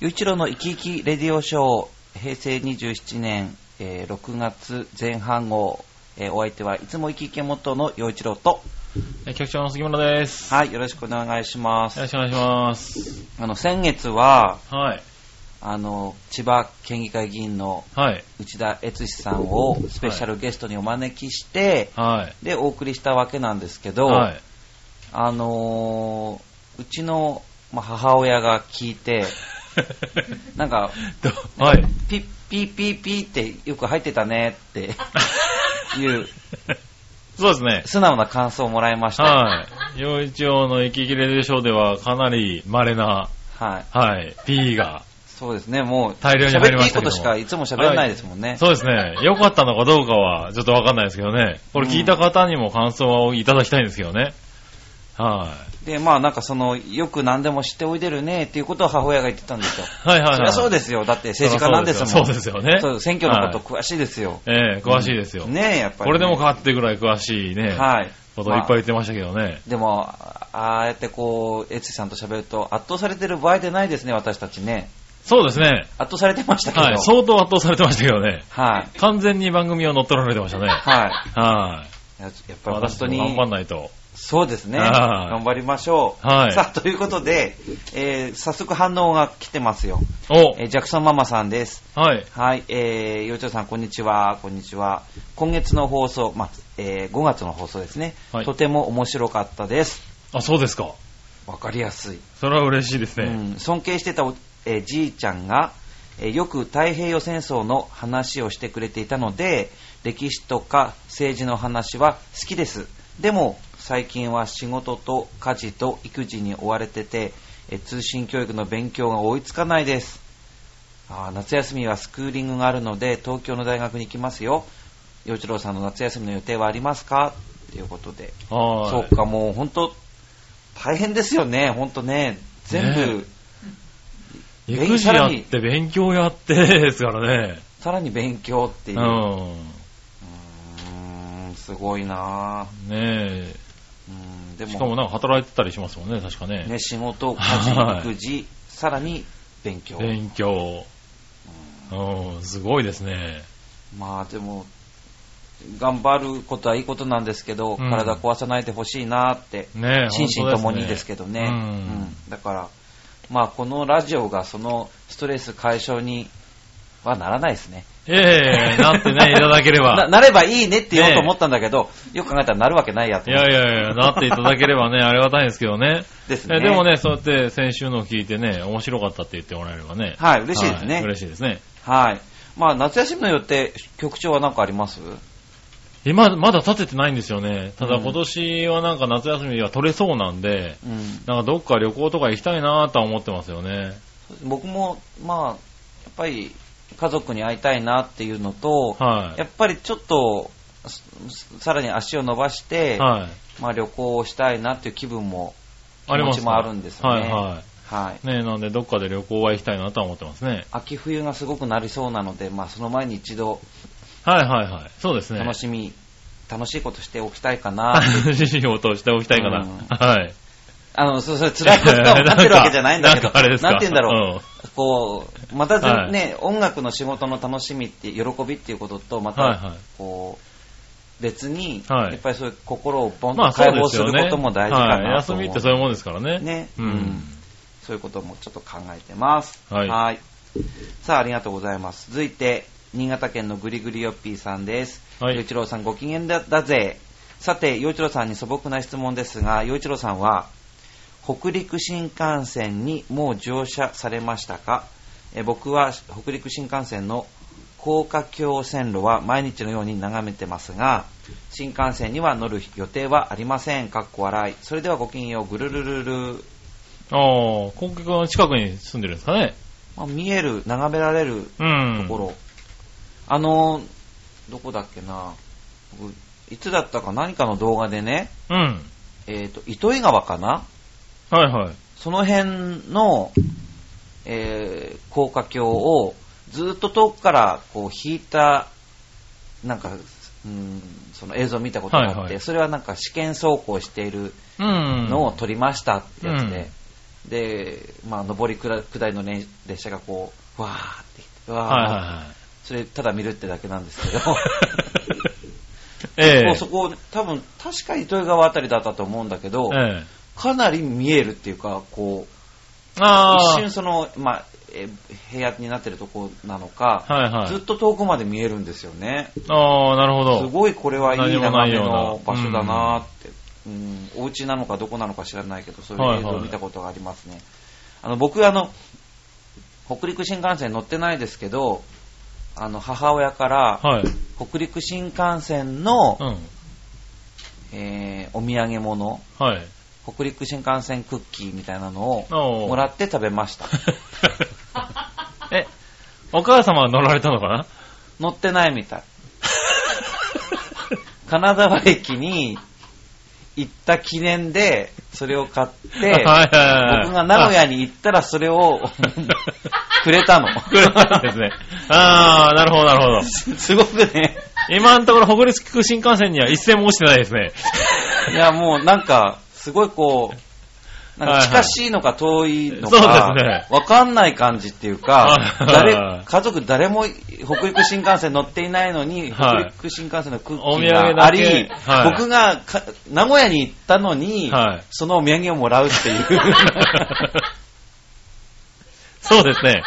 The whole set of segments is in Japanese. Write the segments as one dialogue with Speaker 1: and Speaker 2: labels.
Speaker 1: ゆういちろうの生き生きレディオショー、平成27年、えー6月前半号、えーお相手はいつも生き生き元のゆういちろうと、
Speaker 2: えー局長の杉村です。
Speaker 1: はい、よろしくお願いしま
Speaker 2: よろ
Speaker 1: す。
Speaker 2: しくお願いします。
Speaker 1: あの、先月は、
Speaker 2: はい。
Speaker 1: あの、千葉県議会議員の
Speaker 2: はい。
Speaker 1: 内田悦司さんをスペシャルゲストにお招きして、
Speaker 2: はい。
Speaker 1: で、お送りしたわけなんですけど、
Speaker 2: はい。
Speaker 1: あのーうちの、まあ、母親が聞いて、 なんか、
Speaker 2: どはい。
Speaker 1: ピッピッピッピッってよく入ってたね っていう
Speaker 2: そうですね。
Speaker 1: 素直な感想をもらいました。はい。
Speaker 2: はい。洋一郎の生き切れるショーではかなり稀な、はい、P が。
Speaker 1: そうですね、もう、
Speaker 2: 大量に入りま
Speaker 1: 喋ってい
Speaker 2: した
Speaker 1: いこ
Speaker 2: け
Speaker 1: と
Speaker 2: ど
Speaker 1: しかいつも喋れないですもんね。
Speaker 2: そうですね。良かったのかどうかは、ちょっとわかんないですけどね。これ聞いた方にも感想をいただきたいんですけどね。は
Speaker 1: で、まあなんかその、よく何でも知っておいでるねっていうことを母親が言ってたんですよ。
Speaker 2: い。はいはいはい。
Speaker 1: そりゃそうですよ。だって政治家なんですもん。
Speaker 2: そうですよね。
Speaker 1: そう選挙のこと詳しいですよ。
Speaker 2: と。ええ、詳しいですよ。
Speaker 1: ねえ、やっぱり、
Speaker 2: これでもかってぐらい詳しいね。
Speaker 1: はい。
Speaker 2: ことをいっぱい
Speaker 1: ま
Speaker 2: 言ってましたけどね。
Speaker 1: あでも、あああやってこう、エツさんと喋ると、圧倒されてる場合でないですね、私たちね。
Speaker 2: そうですね。
Speaker 1: 圧倒されてましたけど。
Speaker 2: はい。相当圧倒されてましたけどね。
Speaker 1: はい。
Speaker 2: 完全に番組を乗っ取られてましたね。
Speaker 1: はい。
Speaker 2: はい。
Speaker 1: いややっぱり本
Speaker 2: 私
Speaker 1: 当
Speaker 2: と
Speaker 1: に、
Speaker 2: 頑張んないと。
Speaker 1: そうですね。
Speaker 2: はい
Speaker 1: 頑張りましょう。
Speaker 2: はい
Speaker 1: さあ、ということで、えー早速反応が来てますよ。
Speaker 2: お
Speaker 1: えージャクソンママさんです。
Speaker 2: はい。
Speaker 1: はい、えー、ようちょうさん、こんにちは、こんにちは。今月の放送、まあ、えー5月の放送ですね、
Speaker 2: はい
Speaker 1: とても面白かったです。
Speaker 2: あ、そうですか。
Speaker 1: わかりやすい。
Speaker 2: それは嬉しいです
Speaker 1: う
Speaker 2: ね。
Speaker 1: ん、尊敬してたお、えーじいちゃんが、えーよく太平洋戦争の話をしてくれていたので歴史とか政治の話は好きですでも最近は仕事と家事と育児に追われてて、えー通信教育の勉強が追いつかないですあー夏休みはスクーリングがあるので東京の大学に行きますよ陽一郎さんの夏休みの予定はありますかということで
Speaker 2: は
Speaker 1: そ
Speaker 2: い。
Speaker 1: うか、もう本当、大変ですよね、本当ね、全部、
Speaker 2: ね育児
Speaker 1: さ
Speaker 2: や
Speaker 1: ら
Speaker 2: っ
Speaker 1: に、
Speaker 2: て勉強やってですからね。
Speaker 1: さらに勉強って
Speaker 2: う
Speaker 1: い
Speaker 2: ん
Speaker 1: う、う。ーん、すごいなぁ
Speaker 2: ね
Speaker 1: うんで
Speaker 2: え。しかも
Speaker 1: も、
Speaker 2: なんか働いてたりしますもんね、確かね。
Speaker 1: ね、仕事、家
Speaker 2: は
Speaker 1: 事、
Speaker 2: い
Speaker 1: 育児、さらに勉強。
Speaker 2: 勉強。うん、すごいですね。
Speaker 1: まあでも、頑張ることはいいことなんですけど、
Speaker 2: うん
Speaker 1: 体壊さないでほしいなって、
Speaker 2: ねえ、
Speaker 1: 心身ともにですけ
Speaker 2: 本
Speaker 1: ど
Speaker 2: 当
Speaker 1: ね。
Speaker 2: う
Speaker 1: うん
Speaker 2: ん。
Speaker 1: だから、まあこのラジオがそのストレス解消にはならないですね。
Speaker 2: ええ、なっ てね、いただければ。
Speaker 1: ななればいいねって言おうと思ったんだけど、よく考えたらなるわけないやと
Speaker 2: い
Speaker 1: 思っ
Speaker 2: や
Speaker 1: て。
Speaker 2: いやいや、なっていただければね、 ありがたいんですけどね。
Speaker 1: ですね。
Speaker 2: えでも。ね、そうやって先週のを聞いてね、面白かったって言ってもらえればね。
Speaker 1: はい、嬉しいです
Speaker 2: は
Speaker 1: ね。
Speaker 2: 嬉しいですね。
Speaker 1: はい。まあ、夏休みの予定、局長は何かあります
Speaker 2: 今、まだ立ててないんですよね。ただ
Speaker 1: うん
Speaker 2: 今年はなんか夏休みは取れそうなんで、
Speaker 1: うん。
Speaker 2: なんかどっか旅行とか行きたいなぁとは思ってますよね。
Speaker 1: 僕も、まあ、やっぱり、家族に会いたいなっていうのと、
Speaker 2: は
Speaker 1: やっぱりちょっと、すさらに足を伸ばし
Speaker 2: い。
Speaker 1: て、
Speaker 2: はい。
Speaker 1: まあ旅行をしたいなっていう気分も、
Speaker 2: ありま
Speaker 1: 気持ち
Speaker 2: す
Speaker 1: もあるんですね
Speaker 2: はいは
Speaker 1: はい。
Speaker 2: い。ねなんでどっかで旅行は行きたいなとは思ってますね。
Speaker 1: 秋冬がすごくなりそうなので、まあその前に一度
Speaker 2: はいはいはい。そうですね。
Speaker 1: 楽しみ、楽しいことしておきたいかな
Speaker 2: 楽し いことをしておきたいかな。
Speaker 1: うん
Speaker 2: はい。
Speaker 1: あの、そうそう、辛いことがなってるわけじゃないんだけど、
Speaker 2: なかあれですか
Speaker 1: なんて言うんだろう。
Speaker 2: うん
Speaker 1: こう、またぜ、
Speaker 2: はい
Speaker 1: ね、音楽の仕事の楽しみって、喜びっていうことと、また、
Speaker 2: はいはい
Speaker 1: こう、別に、
Speaker 2: はい
Speaker 1: やっぱりそういう心をボン
Speaker 2: ま
Speaker 1: と
Speaker 2: あそ
Speaker 1: 解
Speaker 2: うで
Speaker 1: 放
Speaker 2: す
Speaker 1: す
Speaker 2: よ
Speaker 1: る
Speaker 2: ね。
Speaker 1: ことも大事か
Speaker 2: はい、
Speaker 1: なと
Speaker 2: 休
Speaker 1: 思う、
Speaker 2: みってそういうもんですからね。
Speaker 1: ね
Speaker 2: う
Speaker 1: うんん。そういうこともちょっと考えてます。
Speaker 2: はい
Speaker 1: さあ、ありがとうございます。続いて、新潟県のぐりぐりよっぴーさんです。
Speaker 2: はい
Speaker 1: 陽一郎さんご機嫌だだぜ。さて、陽一郎さんに素朴な質問ですが、陽一郎さんは、北陸新幹線にもう乗車されましたかえ僕は北陸新幹線の高架橋線路は毎日のように眺めてますが、新幹線には乗る予定はありません。かっこ笑い。それではごきげんよう、ぐるるるる。
Speaker 2: ああ、国境の近くに住んでるんですかね。
Speaker 1: まあ、見える、眺められる
Speaker 2: うん。
Speaker 1: ところ、あのーどこだっけな僕いつだったか何かの動画でね、
Speaker 2: うん。
Speaker 1: えー、と糸魚川かな
Speaker 2: はいはい。
Speaker 1: その辺の、えー高架橋をずっと遠くからこう引いたなんか、うん、その映像を見たことがあって、
Speaker 2: はいはい
Speaker 1: それはなんか試験走行している
Speaker 2: うん。
Speaker 1: のを撮りましたってやつで、
Speaker 2: うん
Speaker 1: で、まあ、上り下下りの連列車がこう、わーって行って、わー、
Speaker 2: は いはいはい。
Speaker 1: それただ見るってだけなんですけど、
Speaker 2: ええ
Speaker 1: もうそこ、多分確か糸魚川あたりだったと思うんだけど、
Speaker 2: ええ
Speaker 1: かなり見えるっていうか、こう、一
Speaker 2: あ
Speaker 1: 瞬その、まあ、え部屋になってるとこなのか、
Speaker 2: あ、はいはい。
Speaker 1: ずっと遠くまで見えるんですよね。
Speaker 2: ああ、なるほど。
Speaker 1: すごいこれはいい
Speaker 2: 何もな
Speaker 1: 眺
Speaker 2: い
Speaker 1: め
Speaker 2: ような
Speaker 1: の場所だなーって、うんお家なのかどこなのか知らないけど、そういう映像を見たことがありますね。あの僕あの、北陸新幹線乗ってないですけど、あの母親から、
Speaker 2: はい。
Speaker 1: 北陸新幹線の、
Speaker 2: うん。
Speaker 1: えーお土産物、
Speaker 2: はい。
Speaker 1: 北陸新幹線クッキーみたいなのを
Speaker 2: おー
Speaker 1: もらって食べました。
Speaker 2: え、お母様は乗られたのかな
Speaker 1: 乗ってないみたい。 金沢駅に行った記念で、それを買って、
Speaker 2: はいはいはい
Speaker 1: 僕が名古屋に行ったらそれ をくれたの。
Speaker 2: これなんですね。ああ、なるほど、なるほど。
Speaker 1: すごくね、
Speaker 2: 今のところ北陸新幹線には一銭も落ちてないですね。
Speaker 1: いやもうなんか、すごいこう、なんか近しいのか遠いのか、
Speaker 2: はいはいそうです
Speaker 1: わかんない感じっていうか、
Speaker 2: はい
Speaker 1: 誰、家族誰も北陸新幹線乗っていないのに、北
Speaker 2: はい
Speaker 1: 陸新幹線のクッ
Speaker 2: お
Speaker 1: キ
Speaker 2: 土
Speaker 1: ー
Speaker 2: 産
Speaker 1: があ
Speaker 2: だ
Speaker 1: り、
Speaker 2: けはい
Speaker 1: 僕がか名古屋に行ったのに、
Speaker 2: はい
Speaker 1: そのお土産をもらうって いう。
Speaker 2: そうですね。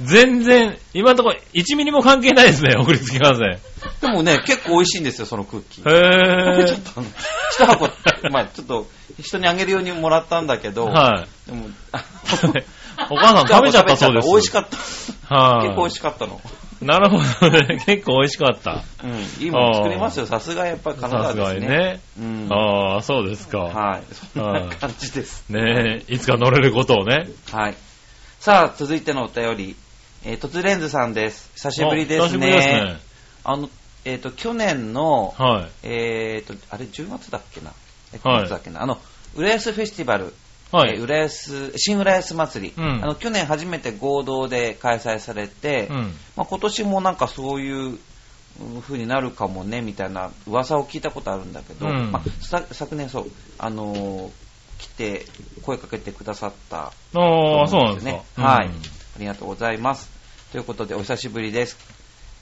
Speaker 2: 全然、今のところ1ミリも関係ないですね、北陸新幹線。
Speaker 1: でもね、結構美味しいんですよ、そのクッキー。
Speaker 2: へ
Speaker 1: ちょ
Speaker 2: ー
Speaker 1: っとあの、一箱、まあちょっと、人にあげるようにもらったんだけど、
Speaker 2: はい。
Speaker 1: でも、あ
Speaker 2: お母さ ん食べちゃったそうです。
Speaker 1: 美味しかった。
Speaker 2: はい。
Speaker 1: 結構美味しかったの。
Speaker 2: なるほどね。 結構美味しかった。
Speaker 1: うん、いいもの作りますよ。さすがやっぱり金沢
Speaker 2: さす
Speaker 1: で
Speaker 2: が
Speaker 1: す
Speaker 2: に
Speaker 1: ね。
Speaker 2: ね。
Speaker 1: うん。
Speaker 2: ああ、そうですか。
Speaker 1: はい。そんな感じです。
Speaker 2: ねえ、いつか乗れることをね。
Speaker 1: はい。さあ、続いてのお便り。えー、トツレンズさんです。久しぶりですね。
Speaker 2: お久しぶりですね。
Speaker 1: あの、えっ、と、去年の、
Speaker 2: は
Speaker 1: えっ、と、あれ、10月だっけな。え、
Speaker 2: はい
Speaker 1: 9月だっけな。あの、浦安フェスティバル、
Speaker 2: い。はい
Speaker 1: えー。浦安、新浦安祭り、
Speaker 2: うん
Speaker 1: あの、去年初めて合同で開催されて、
Speaker 2: うん。
Speaker 1: まあ、今年もなんかそういううん風になるかもねみたいな噂を聞いたことあるんだけど、
Speaker 2: うん
Speaker 1: まあ、さ昨年そう、あのー来て声かけてくださった
Speaker 2: ああ、そうなん
Speaker 1: と思
Speaker 2: です
Speaker 1: よ
Speaker 2: か。
Speaker 1: はい、
Speaker 2: うん
Speaker 1: ありがとうございますということでお久しぶりです、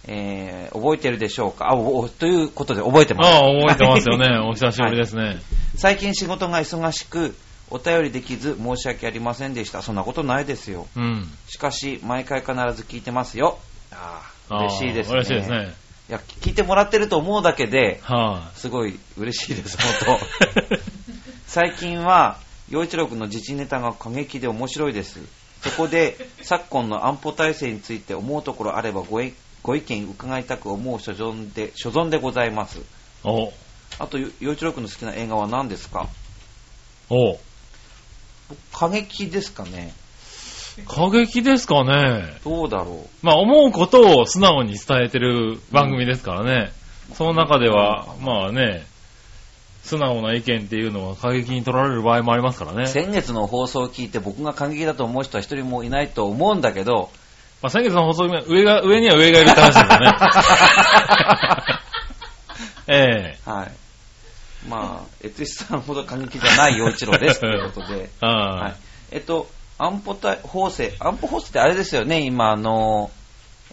Speaker 1: えー覚えてるでしょうかあおおということで覚えてます
Speaker 2: ああ、覚えてます よね。お久しぶりですね。
Speaker 1: 最近仕事が忙しくお便りできず申し訳ありませんでしたそんなことないですよ
Speaker 2: うん。
Speaker 1: しかし毎回必ず聞いてますよああ
Speaker 2: ああ
Speaker 1: 嬉しいですね
Speaker 2: 嬉しいですね。
Speaker 1: いや、聞いてもらってると思うだけで、
Speaker 2: は
Speaker 1: すごい嬉しいです、
Speaker 2: い。
Speaker 1: 本当。 最近は、陽一郎君の自治ネタが過激で面白いです。そこで、昨今の安保体制について思うところあればごえご意見伺いたく思う所存で、所存でございます。
Speaker 2: お、
Speaker 1: あと、よ陽一郎君の好きな映画は何ですか
Speaker 2: お、
Speaker 1: 過激ですかね
Speaker 2: 過激ですかね。
Speaker 1: どうだろ
Speaker 2: まあ、思うことを素直に伝えてる番組ですからね。その中では、まあね、素直な意見っていうのは過激に取られる場合もありますから
Speaker 1: う
Speaker 2: ね。
Speaker 1: 先月の放送を聞いて僕が過激だと思う人は一人もいないと思うんだけど、
Speaker 2: まあ、先月の放送には上が、上には上がいるって話ですよ ね。え
Speaker 1: はい。まあ、悦石さんほど過激じゃない陽一郎 ですということで。
Speaker 2: えああ
Speaker 1: はい。えっと、安保体法制、安保法制ってあれですよね、今、あの、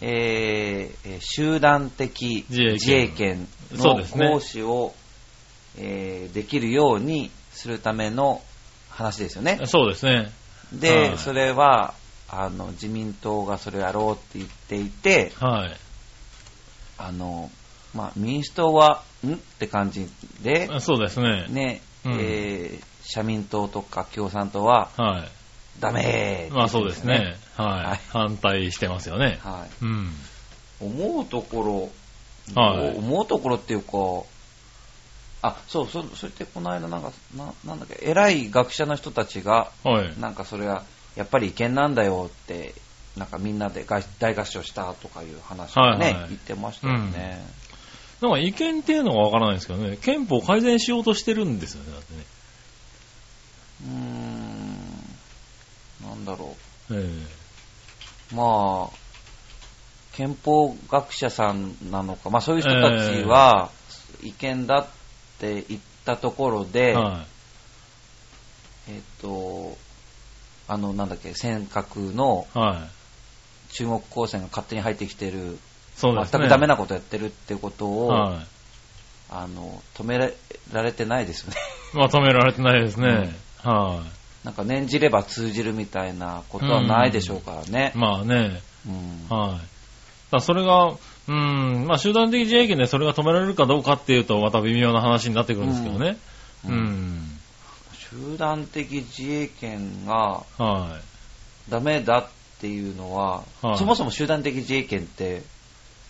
Speaker 1: えーえー集団的
Speaker 2: 自衛権
Speaker 1: 自衛権
Speaker 2: そう
Speaker 1: の
Speaker 2: ですね
Speaker 1: 行使を、えーできるようにするための話ですよね。
Speaker 2: そうですね。
Speaker 1: で、
Speaker 2: はい
Speaker 1: それは、あの、自民党がそれをやろうって言っていて、
Speaker 2: はい。
Speaker 1: あの、まあ、民主党は、んって感じで、
Speaker 2: そうですね。
Speaker 1: ね、
Speaker 2: うん
Speaker 1: えー社民党とか共産党は、
Speaker 2: は
Speaker 1: ダメ
Speaker 2: い。
Speaker 1: ー
Speaker 2: まあそうですね。
Speaker 1: は
Speaker 2: はいい。反対してますよね。
Speaker 1: はい。
Speaker 2: うん。
Speaker 1: 思うところ、
Speaker 2: はい
Speaker 1: 思うところっていうか、あ、そう、そ、それってこの間なんか、な、なんだっけ、偉い学者の人たちが、
Speaker 2: はい。
Speaker 1: なんかそれは、やっぱり違憲なんだよって、なんかみんなでが大合唱したとかいう話をね、
Speaker 2: はいはい
Speaker 1: 言ってましたよね。
Speaker 2: なんか意見っていうのがわからないんですけどね、憲法改善しようとしてるんですよね、だってね。
Speaker 1: うーん、なんだろ
Speaker 2: え
Speaker 1: う。まあ、憲法学者さんなのか、まあそういう人たちは、違憲だって言ったところ
Speaker 2: え
Speaker 1: で、
Speaker 2: は
Speaker 1: えっと、あの、なんだっけ、尖閣の
Speaker 2: はい。
Speaker 1: 中国高専が勝手に入ってきてる、
Speaker 2: そうですね。
Speaker 1: 全くダメ
Speaker 2: な
Speaker 1: なことやってるってことを、
Speaker 2: は
Speaker 1: あの、止められてないですよね。
Speaker 2: い。まあ、止められてないですね。は
Speaker 1: なんか念じれば通じるみたいなことはないでしょうからね
Speaker 2: い。。まあね、
Speaker 1: うん
Speaker 2: はい。だからそれが、うん、まあ集団的自衛権でそれが止められるかどうかっていうと、また微妙な話になってくるんですけどね。う。
Speaker 1: うんん集団的自衛権が
Speaker 2: は
Speaker 1: ダメだっていうのは、
Speaker 2: はい
Speaker 1: そもそも集団的自衛権って、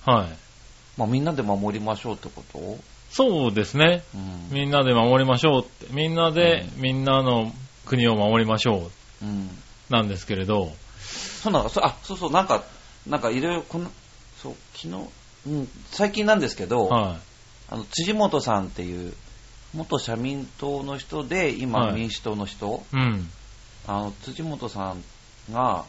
Speaker 2: い。はい。
Speaker 1: まあ、みんなで守りましょうってこと、
Speaker 2: そうですね。
Speaker 1: うん
Speaker 2: みんなで守りましょうって。みんなで、みんなの国を守りましょ
Speaker 1: うん、
Speaker 2: う。なんですけれど。
Speaker 1: そうなんだそうあそうそうなんかなんかいろいろこのそう昨日、うん、最近なんですけど、
Speaker 2: は
Speaker 1: あの辻元さんっていう元社民党の人で
Speaker 2: は
Speaker 1: 今
Speaker 2: い
Speaker 1: 民主党の人、
Speaker 2: い。うん。
Speaker 1: あの辻元さんが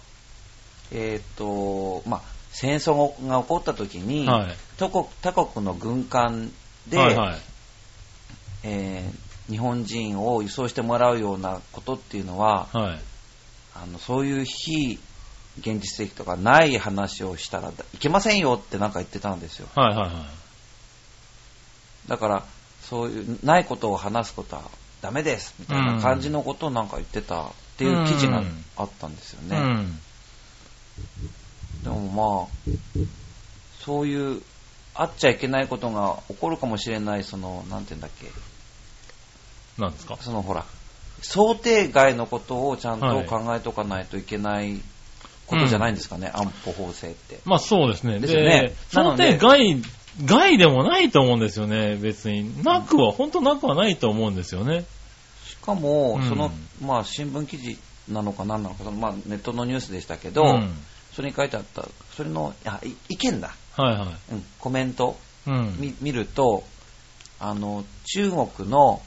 Speaker 1: えっ、とまあ戦争が起こった時に、
Speaker 2: はい。
Speaker 1: 他国他国の軍艦で、
Speaker 2: はいはい。
Speaker 1: えー日本人を輸送してもらうようなことっていうのは
Speaker 2: はい。
Speaker 1: あのそういう非現実的とかない話をしたらいけませんよってなんか言ってたんですよ
Speaker 2: はいはいは
Speaker 1: だからそういうないことを話すことはダメですみたいな感じのことをなんか言ってたっていう記事が
Speaker 2: うん
Speaker 1: あったんですよ
Speaker 2: い。
Speaker 1: ね、でもまあ、そういう、あっちゃいけないことが起こるかもしれない、その、なんて言うんだっけ、
Speaker 2: うん。なんですか
Speaker 1: そのほら、想定外のことをちゃん
Speaker 2: は
Speaker 1: と
Speaker 2: い
Speaker 1: 考えとかないといけないことじゃないんですかね、安保法制って。
Speaker 2: まあそうですね。
Speaker 1: ですよねな
Speaker 2: 想
Speaker 1: ので
Speaker 2: 定外、外でもないと思うんですよね、別に。なくは、本当なくはないと思うんですよね。
Speaker 1: しかも、
Speaker 2: うん
Speaker 1: その、まあ、新聞記事なのか何なのか、そのまあ、ネットのニュースでしたけど、
Speaker 2: うん
Speaker 1: それに書いてあった、それの、あ、い意見だ。
Speaker 2: はいはい。
Speaker 1: うん、コメント
Speaker 2: うん。
Speaker 1: 見見ると、あの、中国の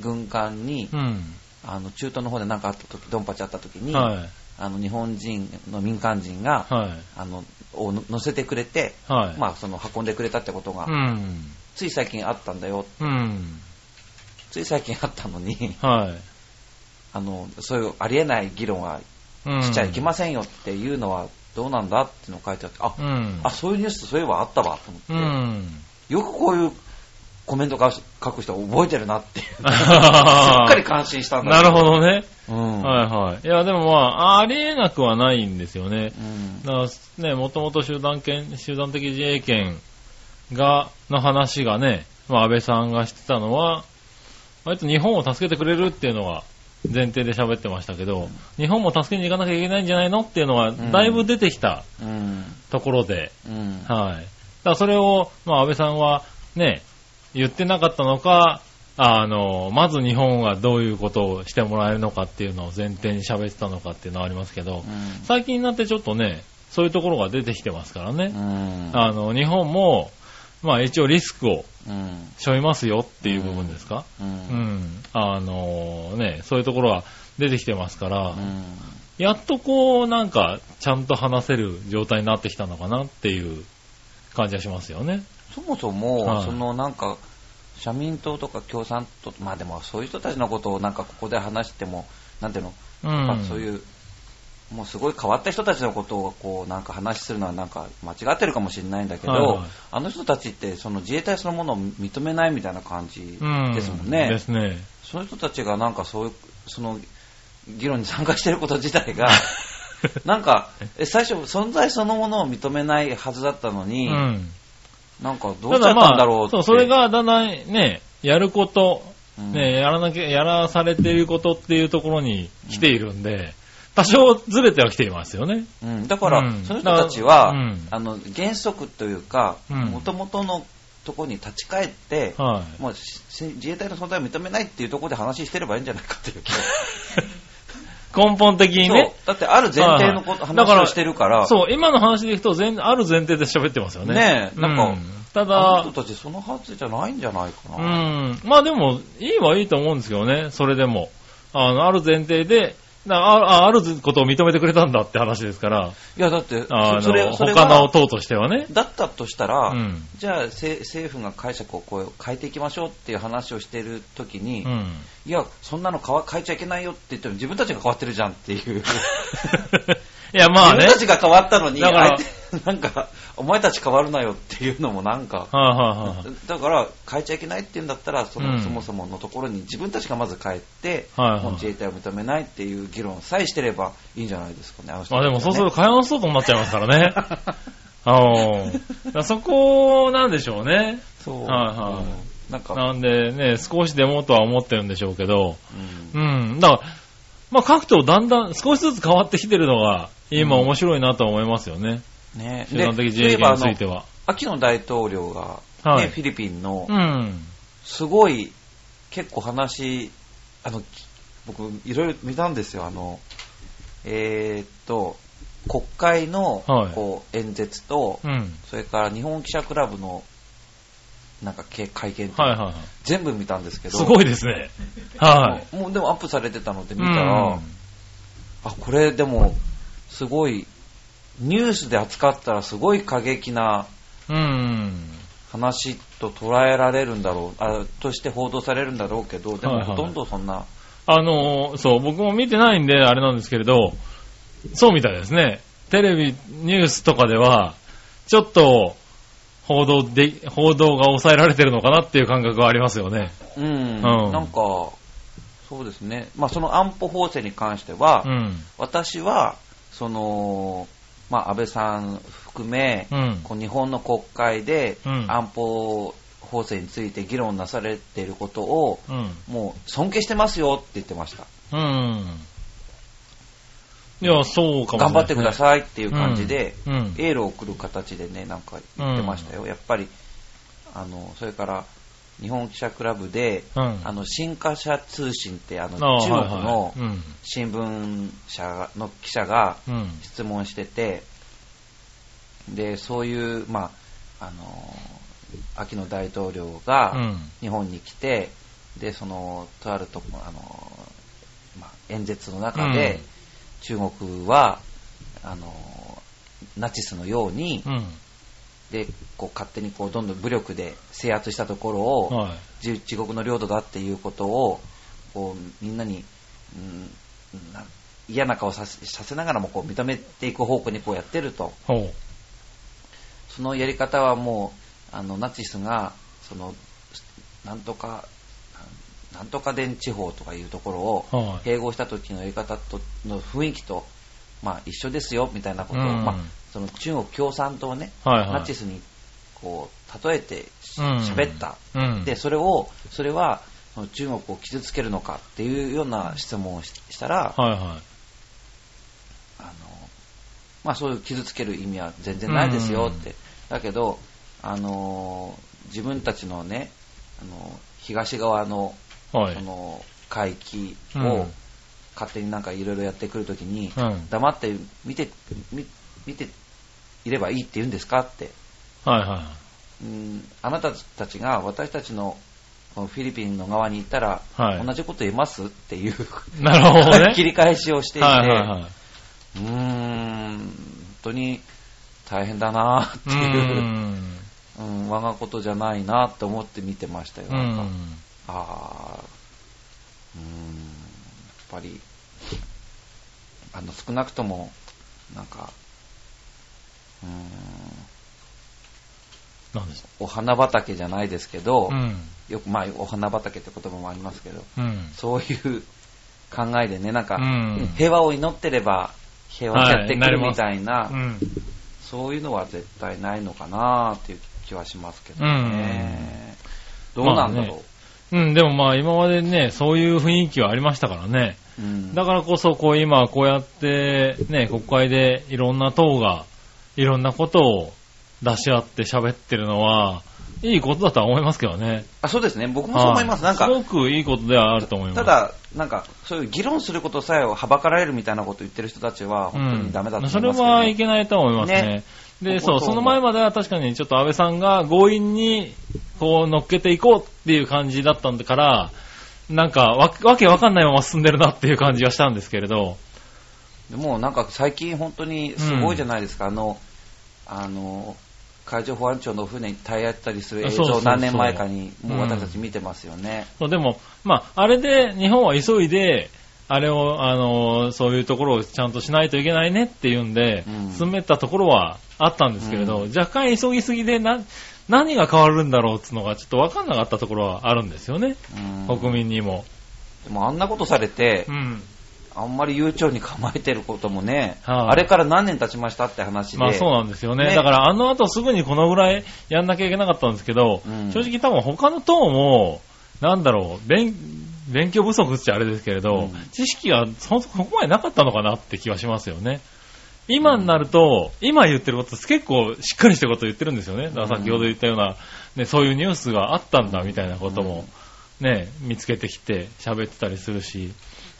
Speaker 1: 軍艦に、
Speaker 2: うん。
Speaker 1: あの中東の方で何かあった時ドンパチあった時に、
Speaker 2: はい。
Speaker 1: あの日本人の民間人が、
Speaker 2: は
Speaker 1: あのを乗せてくれて、
Speaker 2: い。はい。
Speaker 1: まあ、その運んでくれたってことが、
Speaker 2: うん。
Speaker 1: つい最近あったんだよ
Speaker 2: うん。
Speaker 1: つい最近あったのに
Speaker 2: は。
Speaker 1: あのそういうありえない議論はい
Speaker 2: うん。
Speaker 1: しちゃいけませんよっていうのはどうなんだっていうのを書いてあってあ,、
Speaker 2: うん。
Speaker 1: あそういうニュースそういえばあったわと思って、
Speaker 2: うん。
Speaker 1: よくこういうコメントが書く人は覚えてるなっていうすっ
Speaker 2: あ
Speaker 1: かり感心したんだ
Speaker 2: なるほどね。
Speaker 1: ど、うん
Speaker 2: はいはい。いや、でもまあ、ありえなくはないんですよね。
Speaker 1: うん
Speaker 2: だからね、もともと集団権、集団的自衛権が、の話がね、まあ安倍さんがしてたのは、割と日本を助けてくれるっていうのが前提で喋ってましたけど、日本も助けに行かなきゃいけないんじゃないのっていうのが、
Speaker 1: ん
Speaker 2: だいぶ出てきた
Speaker 1: うん
Speaker 2: ところで、
Speaker 1: うん
Speaker 2: はい。だからそれを、まあ安倍さんはね、言ってなかったのか、あの、まず日本はどういうことをしてもらえるのかっていうのを前提に喋ってたのかっていうのはありますけど、
Speaker 1: うん
Speaker 2: 最近になってちょっとね、そういうところが出てきてますからね。
Speaker 1: うん
Speaker 2: あの、日本も、まあ一応リスクを
Speaker 1: うん
Speaker 2: 背負いますよっていう部分ですか。
Speaker 1: う
Speaker 2: うん。
Speaker 1: ん
Speaker 2: あのね、そういうところが出てきてますから、
Speaker 1: うん
Speaker 2: やっとこう、なんか、ちゃんと話せる状態になってきたのかなっていう感じがしますよね。
Speaker 1: そもそも、
Speaker 2: はい
Speaker 1: そのなんか社民党とか共産党まあでもそういう人たちのことをなんかここで話してもなんていうの、
Speaker 2: う
Speaker 1: やっ
Speaker 2: ん
Speaker 1: ぱ。そういうもうすごい変わった人たちのことをこうなんか話するのはなんか間違ってるかもしれないんだけど、
Speaker 2: はいはい
Speaker 1: あの人たちってその自衛隊そのものを認めないみたいな感じ
Speaker 2: うん
Speaker 1: ですもんね、
Speaker 2: ですね。
Speaker 1: その人たちがなんかそういうその議論に参加してること自体 がなんかえ最初存在そのものを認めないはずだったの
Speaker 2: う
Speaker 1: に、
Speaker 2: ん。
Speaker 1: なんかどう
Speaker 2: た
Speaker 1: しちゃ
Speaker 2: だ
Speaker 1: っ
Speaker 2: ま
Speaker 1: たんだろうっ
Speaker 2: あ、
Speaker 1: て。
Speaker 2: そう、それがだんだんね、やること、
Speaker 1: うん
Speaker 2: ね、やらなきゃ、やらされていることっていうところに来ているんで、多少ずれては来ていますよね。
Speaker 1: うん、だから、
Speaker 2: うん
Speaker 1: その人たちは、
Speaker 2: うん
Speaker 1: あの原則というか、
Speaker 2: うん
Speaker 1: もともとのところに立ち返って、
Speaker 2: は
Speaker 1: もうし自衛隊の存在を認めないっていうところで話してればいいんじゃないかっていう気 が、
Speaker 2: い。根本的にね。
Speaker 1: そうだってある前提のこと、
Speaker 2: はいはい
Speaker 1: 話をしてるから、
Speaker 2: そう、今の話でいくと全、ある前提で喋ってますよね。
Speaker 1: ねえなんか
Speaker 2: うた
Speaker 1: あ
Speaker 2: だ
Speaker 1: の、人たちそのはずじゃないんじゃないか
Speaker 2: う
Speaker 1: な。
Speaker 2: ん。まあでも、いいはいいと思うんですけどね、それでも。あの、ある前提で、なあああることを認めてくれたんだって話ですから、
Speaker 1: いや、だって、
Speaker 2: あ
Speaker 1: そそれ
Speaker 2: の、
Speaker 1: それ
Speaker 2: 他
Speaker 1: は
Speaker 2: の党としてはね。
Speaker 1: だったとしたら、
Speaker 2: うん
Speaker 1: じゃあせ政府が解釈をこう変えていきましょうっていう話をしているときに、
Speaker 2: うん。
Speaker 1: いや、そんなの変わ変えちゃいけないよって言っても自分たちが変わってるじゃんって いう。
Speaker 2: いや、まあ
Speaker 1: 自
Speaker 2: ね。
Speaker 1: 分たちが変わったのに、
Speaker 2: だから
Speaker 1: 相手なんか、お前たち変わるなよっていうのもなんか、
Speaker 2: はいはいはい
Speaker 1: だから変えちゃいけないって言うんだったらその、
Speaker 2: うん
Speaker 1: そもそものところに自分たちがまず帰って、
Speaker 2: はいはい
Speaker 1: もう自衛隊を認めないっていう議論さえしてればいいんじゃないですかね、あの人
Speaker 2: まあでもそうする
Speaker 1: ね
Speaker 2: と、解放相当になっちゃいますか らね。あのだからそこなんでしょうね。
Speaker 1: そう、
Speaker 2: はいはい
Speaker 1: うんなんか、
Speaker 2: なんでね、少しでもとは思ってるんでしょうけど、
Speaker 1: うん
Speaker 2: うん。だから、まあ各党だんだん少しずつ変わってきてるのが、今
Speaker 1: うん
Speaker 2: 面白いなとは思いますよね。
Speaker 1: ね、
Speaker 2: 集団的自
Speaker 1: でそういえ
Speaker 2: 衛
Speaker 1: ば
Speaker 2: 権
Speaker 1: あ
Speaker 2: につい
Speaker 1: の
Speaker 2: ては。
Speaker 1: 秋の大統領が、ね
Speaker 2: はい
Speaker 1: フィリピンの
Speaker 2: うん。
Speaker 1: すごい結構話あのき僕いろいろ見たんですよあのえーっと国会の
Speaker 2: はい
Speaker 1: こう演説と、
Speaker 2: うん。
Speaker 1: それから日本記者クラブのなんかけ会見とか
Speaker 2: はいはいは
Speaker 1: 全部見たんですけ
Speaker 2: い。
Speaker 1: ど、
Speaker 2: すごいですね。はい。
Speaker 1: もうもうでもアップされてたので見
Speaker 2: う
Speaker 1: たら、
Speaker 2: ん。
Speaker 1: あこれでもすごいニュースで扱ったらすごい過激な
Speaker 2: うん。
Speaker 1: 話と捉えられるんだろうあとして報道されるんだろうけどで
Speaker 2: は
Speaker 1: も
Speaker 2: いはい
Speaker 1: ほとんどそんな、
Speaker 2: あのーそう、僕も見てないんで、あれなんですけれど、そうみたいですね。テレビ、ニュースとかでは、ちょっと、報道で、報道が抑えられてるのかなっていう感覚はありますよね。
Speaker 1: うん、
Speaker 2: ん
Speaker 1: なんかそうですね、まあ、その安保法制に関しては、
Speaker 2: うん。
Speaker 1: 私はその、まあ、安倍さん含め、
Speaker 2: うん。
Speaker 1: こう日本の国会で
Speaker 2: うん
Speaker 1: 安保法制について議論なされていることを
Speaker 2: うん。
Speaker 1: もう尊敬してますよって言ってました
Speaker 2: うん。いや、そうかもしれない、
Speaker 1: 頑張ってくだ
Speaker 2: いっ
Speaker 1: さいってい
Speaker 2: て
Speaker 1: う感じで、
Speaker 2: うん。うん
Speaker 1: エールを送る形でねなんか言ってましたよ、やっぱりあのそれから日本記者クラブで、
Speaker 2: うん
Speaker 1: あの新華社通信ってあの
Speaker 2: あ
Speaker 1: 中
Speaker 2: はい
Speaker 1: 国の
Speaker 2: はいうん。
Speaker 1: 新聞社の記者が
Speaker 2: うん。
Speaker 1: 質問してて、でそういう、まあ、あの秋の大統領
Speaker 2: う
Speaker 1: が
Speaker 2: ん。
Speaker 1: 日本に来て、でそのとあるとこあの、まあ、演説の中で、中国はあのナチスのように、
Speaker 2: うん。
Speaker 1: でこう勝手にこうどんどん武力で制圧したところを、
Speaker 2: はい。
Speaker 1: 自自国の領土だっていうことをこうみんなに、うん、な嫌な顔させさせながらもこう認めていく方向にこうやってると
Speaker 2: ほう。
Speaker 1: そのやり方はもうあのナチスがそのなんとかなんとか電地方とかいうところ
Speaker 2: は
Speaker 1: を
Speaker 2: い
Speaker 1: 併合した時のやり方との雰囲気と、まあ、一緒ですよみたいなことを、
Speaker 2: うん
Speaker 1: まあ、その中国共産党をね、
Speaker 2: はいはい
Speaker 1: ナチスにこう例えてし
Speaker 2: うん
Speaker 1: 喋った。
Speaker 2: うん。
Speaker 1: でそれをそれはその中国を傷つけるのかっていうような質問をししたら、
Speaker 2: はいは
Speaker 1: あのまあ、そういう傷つける意味は全然ないですよって、だけど、あの自分たちのね、あの東側の
Speaker 2: い。はい
Speaker 1: そ。の海域
Speaker 2: う
Speaker 1: を
Speaker 2: ん
Speaker 1: 勝手になんかいろいろやってくるときに、
Speaker 2: うん
Speaker 1: 黙って見て見見ていればいいって言うんですかって。
Speaker 2: はいはい。
Speaker 1: うんあなたたちが私たちのこのフィリピンの側に行ったら、
Speaker 2: はい
Speaker 1: 同じこと言えますっていう
Speaker 2: なるほど ね。
Speaker 1: 切り返しをしていて、
Speaker 2: はいはいはいう
Speaker 1: ーん本当に大変だなって
Speaker 2: う
Speaker 1: いう、
Speaker 2: ん。
Speaker 1: うん、我がことじゃないなって思って見てましたよ、
Speaker 2: う
Speaker 1: なんか
Speaker 2: ん。
Speaker 1: ああうーんやっぱりあの少なくともなんかうーん
Speaker 2: なんです
Speaker 1: お花畑じゃないですけど、
Speaker 2: うん。
Speaker 1: よく、まあ、お花畑って言葉もありますけど、
Speaker 2: うん。
Speaker 1: そういう考えでね、なんか、
Speaker 2: うん
Speaker 1: 平和を祈ってれば、平和にやってくるみたいな、
Speaker 2: うん。
Speaker 1: そういうのは絶対ないのかなっていう気はしますけど
Speaker 2: うん
Speaker 1: ね。どうなんだろう。
Speaker 2: うん、でもまあ今までね、そういう雰囲気はありましたからね。
Speaker 1: うん
Speaker 2: だからこそ、こう今こうやってね、国会でいろんな党がいろんなことを出し合って喋ってるのは、いいことだとは思いますけどね。
Speaker 1: あそうですね、僕もそう思います。なん
Speaker 2: は
Speaker 1: か
Speaker 2: い、すごくいいことではあると思います。
Speaker 1: ただ、なんか、そういう議論することさえをはばかられるみたいなことを言ってる人たちは、
Speaker 2: う
Speaker 1: 本当
Speaker 2: ん、
Speaker 1: にダメだと思います
Speaker 2: そ
Speaker 1: け
Speaker 2: れ
Speaker 1: ど、
Speaker 2: はいけないと思いますね。
Speaker 1: ね
Speaker 2: で、そ
Speaker 1: こ
Speaker 2: う、
Speaker 1: こそう
Speaker 2: その前までは確かにちょっと安倍さんが強引に、こう、乗っけていこうっていう感じだったんだから、なんかわ、わけわかんないまま進んでるなっていう感じがしたんですけれど、
Speaker 1: でもうなんか最近本当にすごいじゃないですか、あの、あの、海上保安庁の船に耐え合ったりする映
Speaker 2: そうそう
Speaker 1: 像
Speaker 2: そう
Speaker 1: 何年前かにもう
Speaker 2: うん
Speaker 1: 私たち見てますよね。
Speaker 2: そうでも、まあ、あれで日本は急いで、あれを、あのーそういうところをちゃんとしないといけないねっていうんで、
Speaker 1: うん
Speaker 2: 進めたところはあったんですけれど、若干急ぎすぎでな、何が変わるんだろうっていうのがちょっとわかんなかったところはあるんですよね、
Speaker 1: うん
Speaker 2: 国民にも。
Speaker 1: でもあんなことされて
Speaker 2: う、ん。
Speaker 1: あんまり悠長に構えてることもね、
Speaker 2: はい
Speaker 1: あれから何年経ちましたって話で。
Speaker 2: まあそうなんですよね。
Speaker 1: ね
Speaker 2: だからあの後すぐにこのぐらいやんなきゃいけなかったんですけど、
Speaker 1: うん
Speaker 2: 正直多分他の党も、なんだろう、勉勉強不足っちゃあれですけれど、
Speaker 1: うん
Speaker 2: 知識がそここまでなかったのかなって気はしますよね。今になると、今言ってること結構しっかりしたこと言ってるんですよね。だから先ほど言ったような、ね、そういうニュースがあったんだみたいなことも、ね、見つけてきて喋ってたりするし、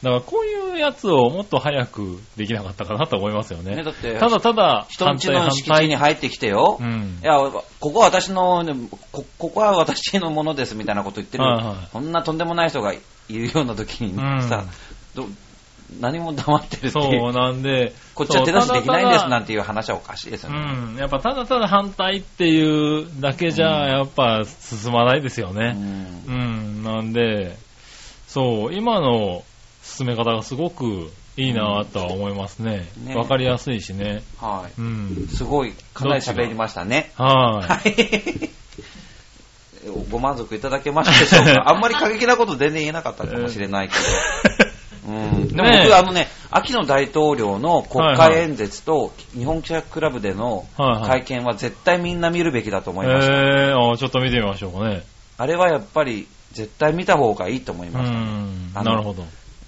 Speaker 2: だからこういうやつをもっと早くできなかったかなと思いますよ
Speaker 1: ねだって
Speaker 2: ただただ、
Speaker 1: 人んちの敷地に入ってきてよ。
Speaker 2: うん
Speaker 1: いや、ここは私の、こ、ここは私のものですみたいなこと言ってる。
Speaker 2: はいはい
Speaker 1: こんなとんでもない人がいるような時に
Speaker 2: うん
Speaker 1: さ、ど何も黙ってるっていう
Speaker 2: そうなんで、
Speaker 1: こっちは手出しできないんですなん
Speaker 2: て。
Speaker 1: ていう話はおかしいです
Speaker 2: た
Speaker 1: よ
Speaker 2: だた
Speaker 1: ね。
Speaker 2: だうん、やっぱただただ反対っていうだけじゃ、やっぱ進まないですよ
Speaker 1: う
Speaker 2: ね。
Speaker 1: ん
Speaker 2: うん、なんで、そう、今の進め方がすごくいいなとは思いますね
Speaker 1: うん。ね
Speaker 2: わ、かりやすいしね。
Speaker 1: は
Speaker 2: うん
Speaker 1: い。。すごい、かなり喋りましたね。
Speaker 2: は
Speaker 1: はい。ご満足いただけましたでしょう かあんまり過激なこと全然言えなかったかもしれないけど。うん、でも
Speaker 2: ねえ
Speaker 1: 僕、あのね、秋の大統領の国
Speaker 2: はいは
Speaker 1: 会
Speaker 2: い
Speaker 1: 演説と日本記者クラブでの
Speaker 2: はいはい
Speaker 1: 会見は絶対みんな見るべきだと思
Speaker 2: い。
Speaker 1: いました。
Speaker 2: えー、あちょっと見てみましょうかね。
Speaker 1: あれはやっぱり絶対見た方がいいと思いうました。
Speaker 2: ん。
Speaker 1: あ
Speaker 2: な
Speaker 1: の
Speaker 2: るほど。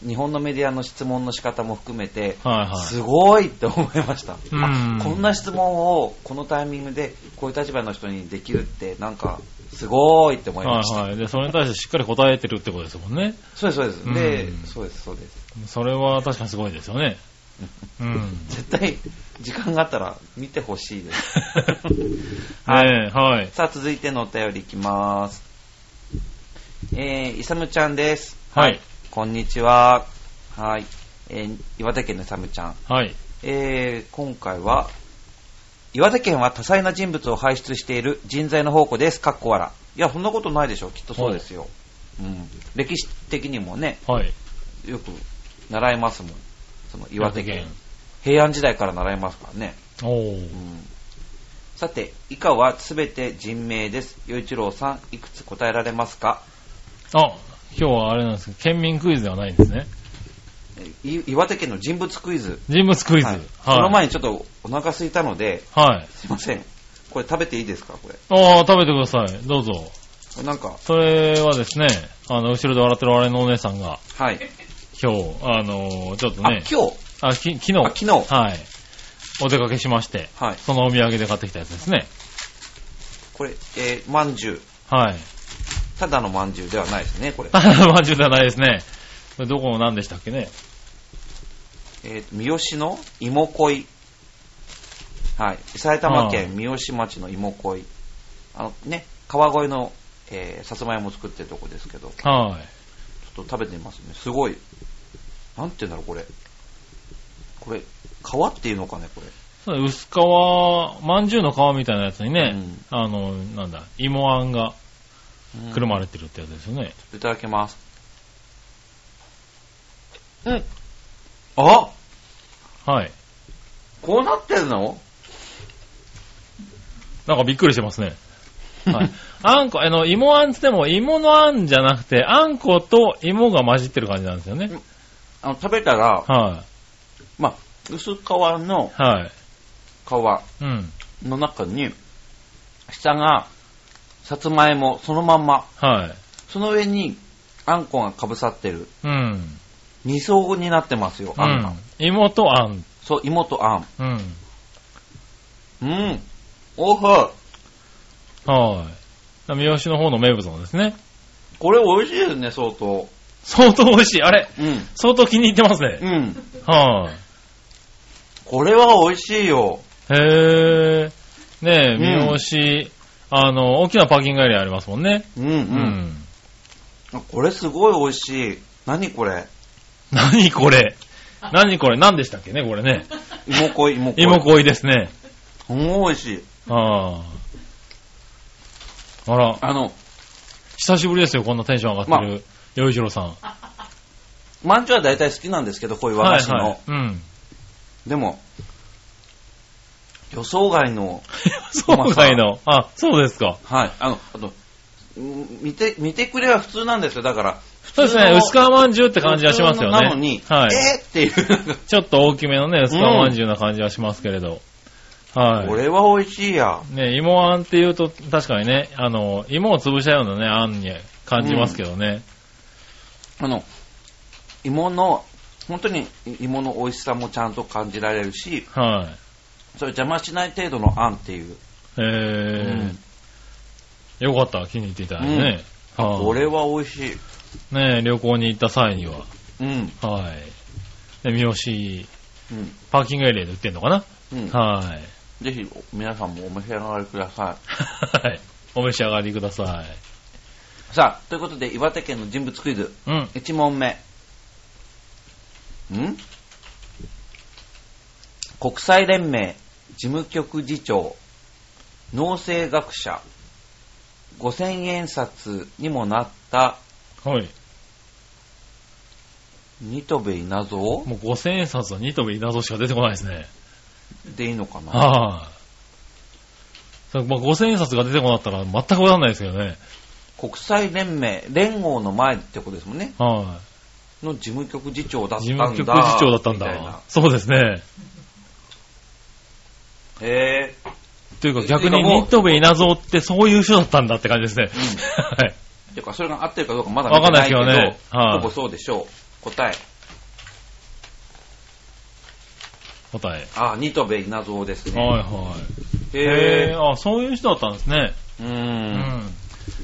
Speaker 1: 日本のメディアの質問の仕方も含めて、
Speaker 2: はいはい。
Speaker 1: すごいって思いました、
Speaker 2: うん
Speaker 1: あこんな質問をこのタイミングでこういう立場の人にできるってなんかすごいって思いました、
Speaker 2: はいはい。で、それに対してしっかり答えてるってことですもんね。
Speaker 1: そうですそうです、で
Speaker 2: うん
Speaker 1: そうですそうです
Speaker 2: それは確かにすごいですよね。うん。
Speaker 1: 絶対時間があったら見てほしいですはい
Speaker 2: ねえ、はい。
Speaker 1: さあ続いてのお便りいきますえー、いさむちゃんです
Speaker 2: はい。
Speaker 1: こんにちははい、えー岩手県のいさむちゃん
Speaker 2: はい。
Speaker 1: えー今回は、岩手県は多彩な人物を輩出している人材の宝庫です、かっこわら。いや、そんなことないでしょう、きっとそうですよ。うん、歴史的にもね、
Speaker 2: はい。
Speaker 1: よく習いますもん。その岩手県。平安時代から習いますからね。
Speaker 2: おー
Speaker 1: うん、さて、以下はすべて人名です。与一郎さん、いくつ答えられますか
Speaker 2: あ、今日はあれなんですけど、県民クイズではないんですね。
Speaker 1: えい岩手県の人物クイズ。
Speaker 2: 人物クイズ。は
Speaker 1: はいい。その前にちょっとお腹空いたので、
Speaker 2: はい。
Speaker 1: すいません。これ食べていいですかこれ。
Speaker 2: ああ、食べてください。どうぞ。
Speaker 1: これなんか、
Speaker 2: それはですね、あの、後ろで笑ってる我々のお姉さんが、
Speaker 1: はい。
Speaker 2: 今日、あの、ちょっと
Speaker 1: あ、今
Speaker 2: ね、
Speaker 1: 日
Speaker 2: あき昨日、
Speaker 1: あ昨日
Speaker 2: はい。お出かけしまして、
Speaker 1: はい。
Speaker 2: そのお土産で買ってきたやつですね。
Speaker 1: これ、えー、まんじゅう。
Speaker 2: はい。
Speaker 1: ただのまんじゅうではないですね、これ。
Speaker 2: ただのまんじゅうではないですね。これどこの何でしたっけね。
Speaker 1: えーと、三好の芋恋。はい。埼玉県三好町の芋恋。あのね、川越の、えー、さつまいも作ってるとこですけど、ち
Speaker 2: はい。
Speaker 1: ょっと食べてみますね。すごい。なんて言うんだろう、これ。これ、皮っていうのかね、これ。
Speaker 2: そう薄皮、まんじゅうの皮みたいなやつにね、あの、なんだ、芋あんが
Speaker 1: うん
Speaker 2: くるまれてるってやつですよね。
Speaker 1: いただきます。うん。あ
Speaker 2: はい。
Speaker 1: こうなってるの
Speaker 2: なんかびっくりしてま すね。はい。あんこ、あの、芋あんつっても、芋のあんじゃなくて、あんこと芋が混じってる感じなんですよね。
Speaker 1: あの食べたら、
Speaker 2: は
Speaker 1: まあ、薄皮の
Speaker 2: い。はい。
Speaker 1: 皮
Speaker 2: うん。
Speaker 1: の中に、下が、さつまいも、そのまんま、
Speaker 2: はい。
Speaker 1: その上に、あんこがかぶさってる。
Speaker 2: うん。
Speaker 1: 二層になってますよ、
Speaker 2: う
Speaker 1: あんが。
Speaker 2: ん。芋とあん。
Speaker 1: そう、芋とあん。
Speaker 2: うん。
Speaker 1: うん。おふ
Speaker 2: はい。三好の方の名物なんですね。
Speaker 1: これ美味しいですね、相当。
Speaker 2: 相当美味しい。あれ
Speaker 1: うん。
Speaker 2: 相当気に入ってますね。
Speaker 1: うん。
Speaker 2: はい。
Speaker 1: これは美味しいよ。
Speaker 2: へー。ねえ、
Speaker 1: うん
Speaker 2: 三好、あの、大きなパーキングエリアありますもんね。
Speaker 1: うん、うん、
Speaker 2: うん。
Speaker 1: あこれすごい美味しい。何これ
Speaker 2: 何これ何これ何でしたっけねこれね。
Speaker 1: 芋恋、芋恋。
Speaker 2: 芋恋ですね。
Speaker 1: もう美味しい。
Speaker 2: ああ。あら、
Speaker 1: あの、
Speaker 2: 久しぶりですよ、こんなテンション上がってる、洋一郎さん。
Speaker 1: まんじゅうは大体好きなんですけど、こういう和菓子の。
Speaker 2: はいはい。 うん。
Speaker 1: でも、予想外の、
Speaker 2: そうかいの。あ、そうですか。
Speaker 1: はい、あの、あと、うん見て、見てくれは普通なんですよ。だから、普
Speaker 2: そうですね、
Speaker 1: の
Speaker 2: 薄皮まんじゅうって感じはしますよ
Speaker 1: 普
Speaker 2: ね。
Speaker 1: 通のなのに、
Speaker 2: はい。
Speaker 1: えー、っていう。
Speaker 2: ちょっと大きめのね、薄皮まんじゅうな感じはしますけれど。はい。
Speaker 1: これは美味しいや。
Speaker 2: ね、芋あんって言うと、確かにね、あの、芋を潰したようなね、あんに感じますけどね。
Speaker 1: あの、芋の、本当に芋の美味しさもちゃんと感じられるし、
Speaker 2: はい。
Speaker 1: それ邪魔しない程度のあんっていう。
Speaker 2: えー
Speaker 1: うん
Speaker 2: よかった、気に入っていただいてね。はい
Speaker 1: これは美味しい。
Speaker 2: ね、旅行に行った際には、
Speaker 1: うん。
Speaker 2: はい。で、三好、
Speaker 1: うん。
Speaker 2: パーキングエリアで売ってんのかな、
Speaker 1: うん。
Speaker 2: はい。
Speaker 1: ぜひ、皆さんもお召し上がりくださ
Speaker 2: はい。お召し上がりください。
Speaker 1: い。さあ、ということで、岩手県の人物クイズ、
Speaker 2: うん。
Speaker 1: 1問目。ん国際連盟事務局次長、農政学者、五千円札にもなった、
Speaker 2: はい。
Speaker 1: ニトベイナゾ
Speaker 2: もう五千円札はニトベイナゾしか出てこないですね。
Speaker 1: でいいのかな
Speaker 2: はい、そうまあ、五千円札が出てこなかったら全くわかんないですけどね。
Speaker 1: 国際連盟、連合の前ってことですもんね。
Speaker 2: は
Speaker 1: の事務局次長だ
Speaker 2: い、
Speaker 1: った
Speaker 2: 事
Speaker 1: んだ。
Speaker 2: 務局次長だったん
Speaker 1: みいな
Speaker 2: だ。そうですね。
Speaker 1: へぇ
Speaker 2: というか
Speaker 1: え
Speaker 2: 逆に
Speaker 1: てかもう
Speaker 2: ニトベイナゾってそういう人だったんだって感じですね。はい。
Speaker 1: てか、それが合ってるかどうかまだ見てないけど、
Speaker 2: わかんないですけどねはい
Speaker 1: ほぼそうでしょう。答え。
Speaker 2: 答え。
Speaker 1: あ、ニトベイナゾウです
Speaker 2: はい
Speaker 1: ね。
Speaker 2: はい。へえ
Speaker 1: へぇ
Speaker 2: あ、そういう人だったんですね。
Speaker 1: う。。
Speaker 2: うん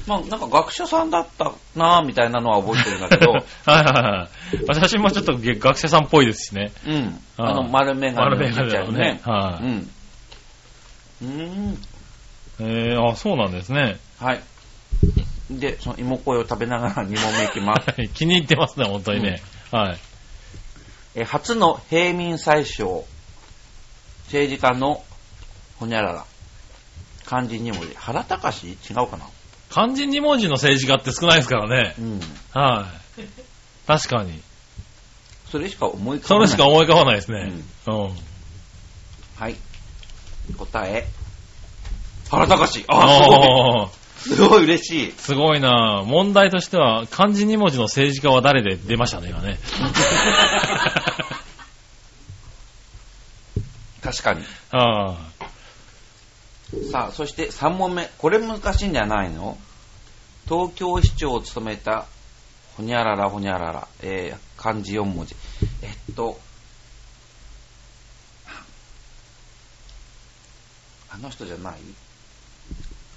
Speaker 1: まあ、なんか学者さんだったなぁ、みたいなのは覚えてるんだけど
Speaker 2: はい、はいはい。写真もちょっと学者さんっぽいですしね。
Speaker 1: うん。
Speaker 2: あー
Speaker 1: あの、丸眼鏡のちっちゃいのね。
Speaker 2: 丸眼鏡の
Speaker 1: うん。うーん。
Speaker 2: えー、あ、そうなんですね。
Speaker 1: はい。で、その芋恋を食べながら2問目いきます。
Speaker 2: はい気に入ってますね、本当にね。はい。
Speaker 1: えー初の平民最小政治家のほにゃらら漢字2文字原隆違うかな
Speaker 2: 漢字2文字の政治家って少ないですからね。
Speaker 1: うん
Speaker 2: はい。確かに。
Speaker 1: それしか思い浮か
Speaker 2: そ
Speaker 1: ばな
Speaker 2: れ
Speaker 1: い
Speaker 2: しか思い浮かばないですね。うん。
Speaker 1: はい答え原隆あ
Speaker 2: あー
Speaker 1: あすごいすごい嬉しい
Speaker 2: すごいな問題としては、漢字2文字の政治家は誰で出ましたね、 今ね。
Speaker 1: 確かに
Speaker 2: あ
Speaker 1: さあそして3問目これ難しいんじゃないの東京市長を務めたほにゃららほにゃらら、えー漢字4文字えっとあの人じゃない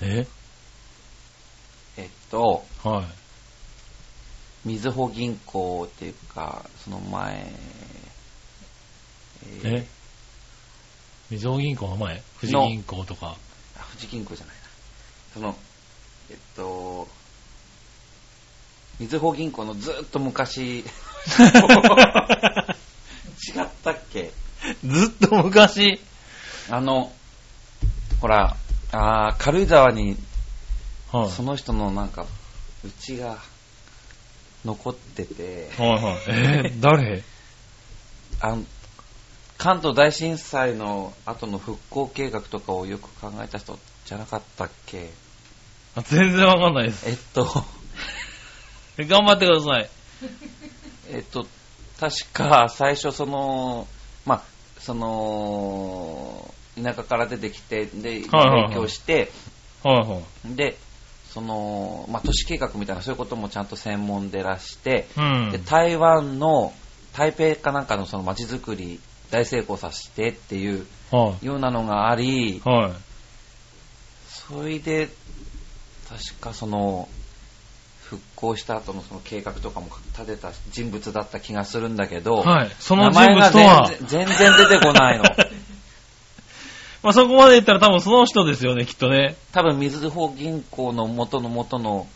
Speaker 2: ーえ
Speaker 1: えっと
Speaker 2: はい。
Speaker 1: みずほ銀行っていうかその前えー
Speaker 2: えみずほ銀行の前富士
Speaker 1: の
Speaker 2: 銀行と か。
Speaker 1: あ富士銀行じゃないなそのえっとみずほ銀行のずっと昔違ったっけ
Speaker 2: ずっと昔。
Speaker 1: あの、ほら、あー軽井沢に
Speaker 2: はい。
Speaker 1: その人のなんか、うちが残ってて、
Speaker 2: はいはい。えー、誰
Speaker 1: あの関東大震災の後の復興計画とかをよく考えた人じゃなかったっけ
Speaker 2: あ全然わかんないです。
Speaker 1: えっと、
Speaker 2: え頑張ってください。
Speaker 1: えっと、確か最初その、まあ、その、田舎から出てきて、で、
Speaker 2: はいはいはい
Speaker 1: 勉強して、
Speaker 2: はいはい。
Speaker 1: で、その、まあ、都市計画みたいな、そういうこともちゃんと専門でらして、
Speaker 2: うん。
Speaker 1: で台湾の台北かなんかのその街づくり大成功させてっていう
Speaker 2: は
Speaker 1: ようなのがあり
Speaker 2: い。はい。
Speaker 1: それで確かその復興した後のその計画とかも立てた人物だった気がするんだけど、
Speaker 2: はいその
Speaker 1: 名前が
Speaker 2: 人物とは
Speaker 1: 全然全然出てこない の
Speaker 2: まあ、そこまでいったら多分その人ですよね、きっとね。
Speaker 1: 多分みずほ銀行の元の元の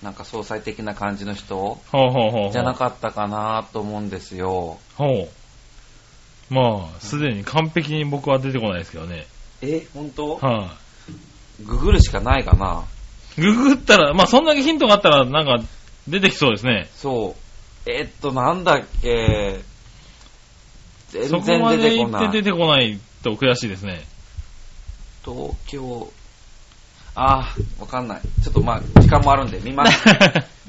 Speaker 1: なんか総裁的な感じの人
Speaker 2: ほうほうほうほう。
Speaker 1: じゃなかったかなと思うんですよ。
Speaker 2: ほう。まあ、すでに完璧に僕は出てこないですけどね。
Speaker 1: え、本当
Speaker 2: は、
Speaker 1: ググるしかないかない
Speaker 2: ググったら、まあ、そんだけヒントがあったら、なんか、出てきそうですね。
Speaker 1: そう。えっと、なんだっけ全
Speaker 2: そこ
Speaker 1: 然
Speaker 2: ま
Speaker 1: 出
Speaker 2: で
Speaker 1: てこ
Speaker 2: 行
Speaker 1: な
Speaker 2: っ
Speaker 1: い。
Speaker 2: て出てこないと悔しいですね。
Speaker 1: 東京、あー、わかんない。ちょっとまあ、時間もあるんで、見 ます。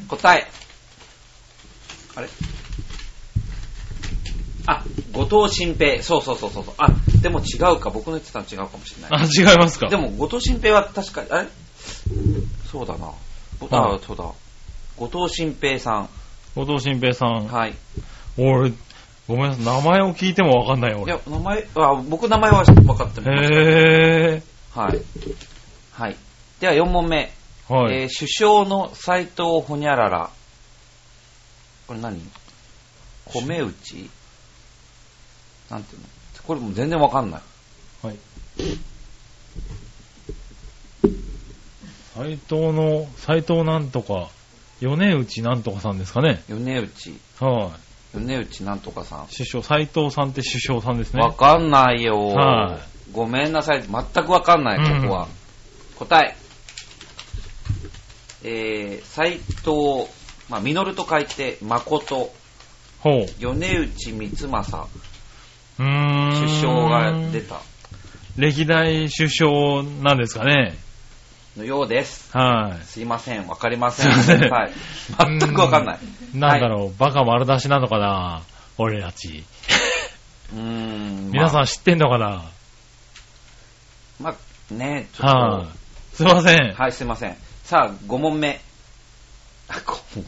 Speaker 1: 答え。あれあ、後藤新平。そうそうそうそうそう。あ、でも違うか。僕の言ってたの違うかもしれない。
Speaker 2: あ、違いますか。
Speaker 1: でも、後藤新平は確かに、あれそうだな。ぼ
Speaker 2: は
Speaker 1: あ
Speaker 2: い、
Speaker 1: そうだ。後藤新平さ
Speaker 2: 後藤新平さ
Speaker 1: ん。
Speaker 2: ん。
Speaker 1: はい。
Speaker 2: 俺、ごめんなさい。名前を聞いてもわかんない、
Speaker 1: い
Speaker 2: 俺。
Speaker 1: や、名前、あ僕名前は分かってます。
Speaker 2: へ
Speaker 1: はい。はい。では、4問目。
Speaker 2: ー。はい。
Speaker 1: えー首相の斎藤ほにゃらら。これ何米打ちなんていうのこれもう全然わかんない。
Speaker 2: はい。斎藤の、斎藤なんとか、米内なんとかさんですかね。
Speaker 1: 米内。
Speaker 2: は
Speaker 1: 米内なんとかさん
Speaker 2: い。。首相、斎藤さんって首相さんですね。
Speaker 1: わかんないよ、
Speaker 2: は
Speaker 1: ごめんなさい。全くわかんない、ここは。答え。えー、斎藤、まあ、実と書いて、誠、
Speaker 2: ほう。う
Speaker 1: 米内光政、
Speaker 2: ーん。
Speaker 1: 首相が出。た
Speaker 2: 歴代首相なんですかね。
Speaker 1: のようです。
Speaker 2: は
Speaker 1: すいません、わかりません。
Speaker 2: すいません
Speaker 1: はい。全くわかんない。
Speaker 2: い。なんだろう、バカ丸出しなのかな俺たち。
Speaker 1: うーん。
Speaker 2: 皆さ
Speaker 1: ん。
Speaker 2: ん知ってんのかな、
Speaker 1: まあ、ねちょ
Speaker 2: は
Speaker 1: っ
Speaker 2: い。すいません。
Speaker 1: と。はい、すいません。さあ、5問目。あ、5問、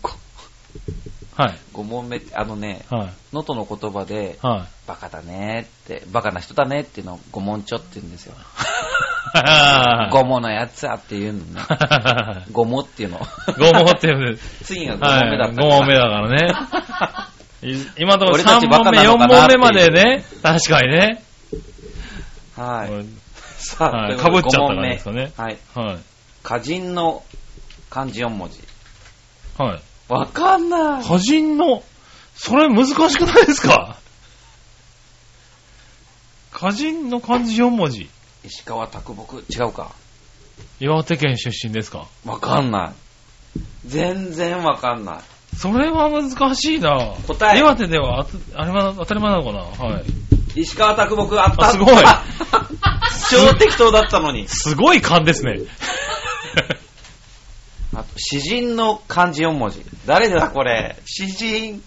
Speaker 2: はい。
Speaker 1: 5問目って、あのね、
Speaker 2: はい。
Speaker 1: 能登の言葉で、
Speaker 2: はい。
Speaker 1: バカだねって、バカな人だねっていうのを五問ちょって言うんですよ。五問のやつやっていうの ね。五問っていうの。
Speaker 2: ゴモって言うんです。
Speaker 1: 次が5
Speaker 2: は
Speaker 1: 問目だ
Speaker 2: い、
Speaker 1: った
Speaker 2: 5
Speaker 1: から
Speaker 2: 問目だからね。い今のところ
Speaker 1: 俺たち
Speaker 2: 3
Speaker 1: バ
Speaker 2: 問
Speaker 1: カ
Speaker 2: 目、
Speaker 1: な
Speaker 2: 4
Speaker 1: のかなっ
Speaker 2: 問
Speaker 1: ていう
Speaker 2: 目までね。確かにね。
Speaker 1: はい。さあ、
Speaker 2: はい、
Speaker 1: と
Speaker 2: か
Speaker 1: い
Speaker 2: ぶっ
Speaker 1: うこ
Speaker 2: ち
Speaker 1: と
Speaker 2: ゃ
Speaker 1: で五問
Speaker 2: ったから
Speaker 1: 目
Speaker 2: ですかね。
Speaker 1: はい。
Speaker 2: はい。
Speaker 1: 歌人の漢字4文字。
Speaker 2: はい。
Speaker 1: わかんない。
Speaker 2: 歌人の、それ難しくないですか歌人の漢字4文字。
Speaker 1: 石川啄木。違うか。
Speaker 2: 岩手県出身ですか
Speaker 1: わかんない。全然わかんない。
Speaker 2: それは難しいな
Speaker 1: 答え
Speaker 2: 岩手ではあつあれは当たり前なのかなはい。
Speaker 1: 石川啄木あった。
Speaker 2: あすごい
Speaker 1: 超適当だったのに。
Speaker 2: すごい勘ですね。
Speaker 1: あと、詩人の漢字4文字。誰だこれ。詩人。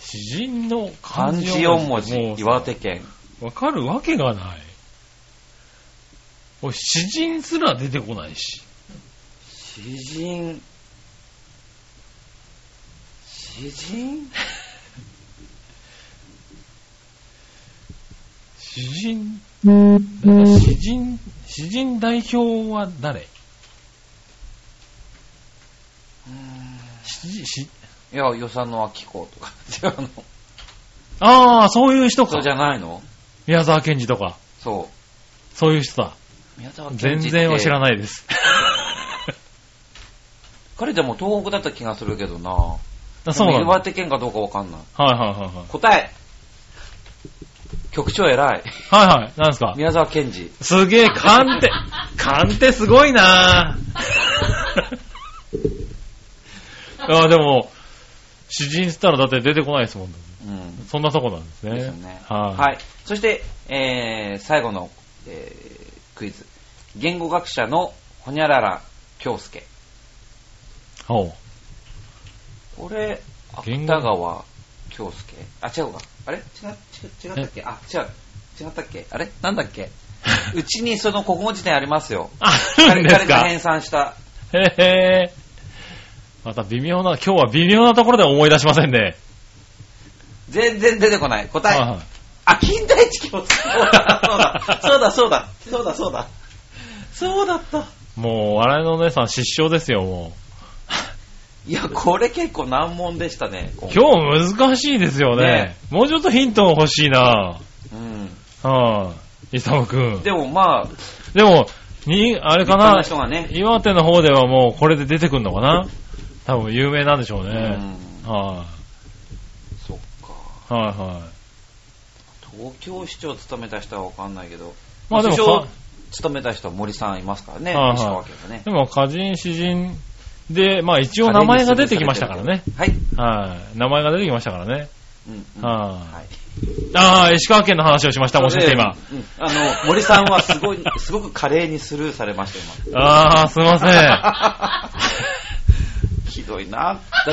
Speaker 2: 詩人の漢
Speaker 1: 漢
Speaker 2: 字
Speaker 1: 字4文字。
Speaker 2: もう
Speaker 1: 岩手県。
Speaker 2: わかるわけがない。おい詩人すら出てこないし。
Speaker 1: 詩人。詩人
Speaker 2: 詩人、詩人、詩人代表は誰詩人、詩、
Speaker 1: いや、与謝野明子とか。 違うの。
Speaker 2: ああ、そういう人
Speaker 1: そう
Speaker 2: か
Speaker 1: じ。ゃないの
Speaker 2: 宮沢賢治とか、
Speaker 1: そ
Speaker 2: そういう人だ。
Speaker 1: う。宮沢
Speaker 2: 全然は知ら
Speaker 1: ない。
Speaker 2: ないです。
Speaker 1: 彼でも東北だった気がするけどな。
Speaker 2: あ そう
Speaker 1: で
Speaker 2: な
Speaker 1: も
Speaker 2: んだ。は
Speaker 1: 岩
Speaker 2: い
Speaker 1: 手県かどうかわかんない。
Speaker 2: はいはいはい。
Speaker 1: 答え局長偉い。
Speaker 2: はいはい、なんですか
Speaker 1: 宮沢賢治。
Speaker 2: すげえ、勘って、勘ってすごい なぁ。あでも、詩人したらだって出てこないですもん。
Speaker 1: うん。
Speaker 2: そんなとこなんですね。
Speaker 1: ですよね。
Speaker 2: はい、
Speaker 1: はい。そして、えー、最後の、えー、クイズ。言語学者のほにゃらら京介。
Speaker 2: ほう
Speaker 1: これ、
Speaker 2: 言
Speaker 1: 芥
Speaker 2: 語
Speaker 1: 川京介。あ、違うか。あれ違う、違う違ったっけあ、違う。違ったっけあれなんだっけうちにその国語辞典あります よ。
Speaker 2: あ
Speaker 1: 彼
Speaker 2: るんです
Speaker 1: 彼が
Speaker 2: かへ
Speaker 1: 編纂した。
Speaker 2: へまた微妙な、今日は微妙なところで思い出しませんね。
Speaker 1: 全然出てこない。答え。
Speaker 2: はいはい
Speaker 1: あ、金田一京介。そうだ、そうだ、そうだ、そうだ、そうだ。そうだった。
Speaker 2: もう、笑いのお姉さん失笑ですよ、も
Speaker 1: いや、これ結構難問でしたね。
Speaker 2: う。今日難しいですよね。
Speaker 1: ね
Speaker 2: もうちょっとヒント欲しいな
Speaker 1: う
Speaker 2: ぁ。
Speaker 1: ん。
Speaker 2: はい、イサムくん。
Speaker 1: でもまあ、
Speaker 2: でも、に、あれ
Speaker 1: 立派
Speaker 2: か
Speaker 1: な
Speaker 2: な
Speaker 1: 人がね。
Speaker 2: 岩手の方ではもうこれで出てくるのかな多分有名なんでしょう
Speaker 1: う
Speaker 2: ね。
Speaker 1: ん。
Speaker 2: は
Speaker 1: そっか。
Speaker 2: い。はいは
Speaker 1: 東京市長務めた人はわかんないけど、
Speaker 2: い。まあでも
Speaker 1: 首相
Speaker 2: か、
Speaker 1: 務めた人は森さんいますからね、
Speaker 2: はいはい
Speaker 1: 石川県でね。
Speaker 2: でも、歌人、詩人で、まあ一応名前が出てきましたからね。
Speaker 1: はい。
Speaker 2: はい。名前が出てきましたからね。
Speaker 1: うんうん。
Speaker 2: はいああ、石川県の話をしました、もしかして今。
Speaker 1: それでうんあの、森さんはすごい、すごく華麗にスルーされました、今。
Speaker 2: ああ、すい ません。
Speaker 1: ひどいな。だって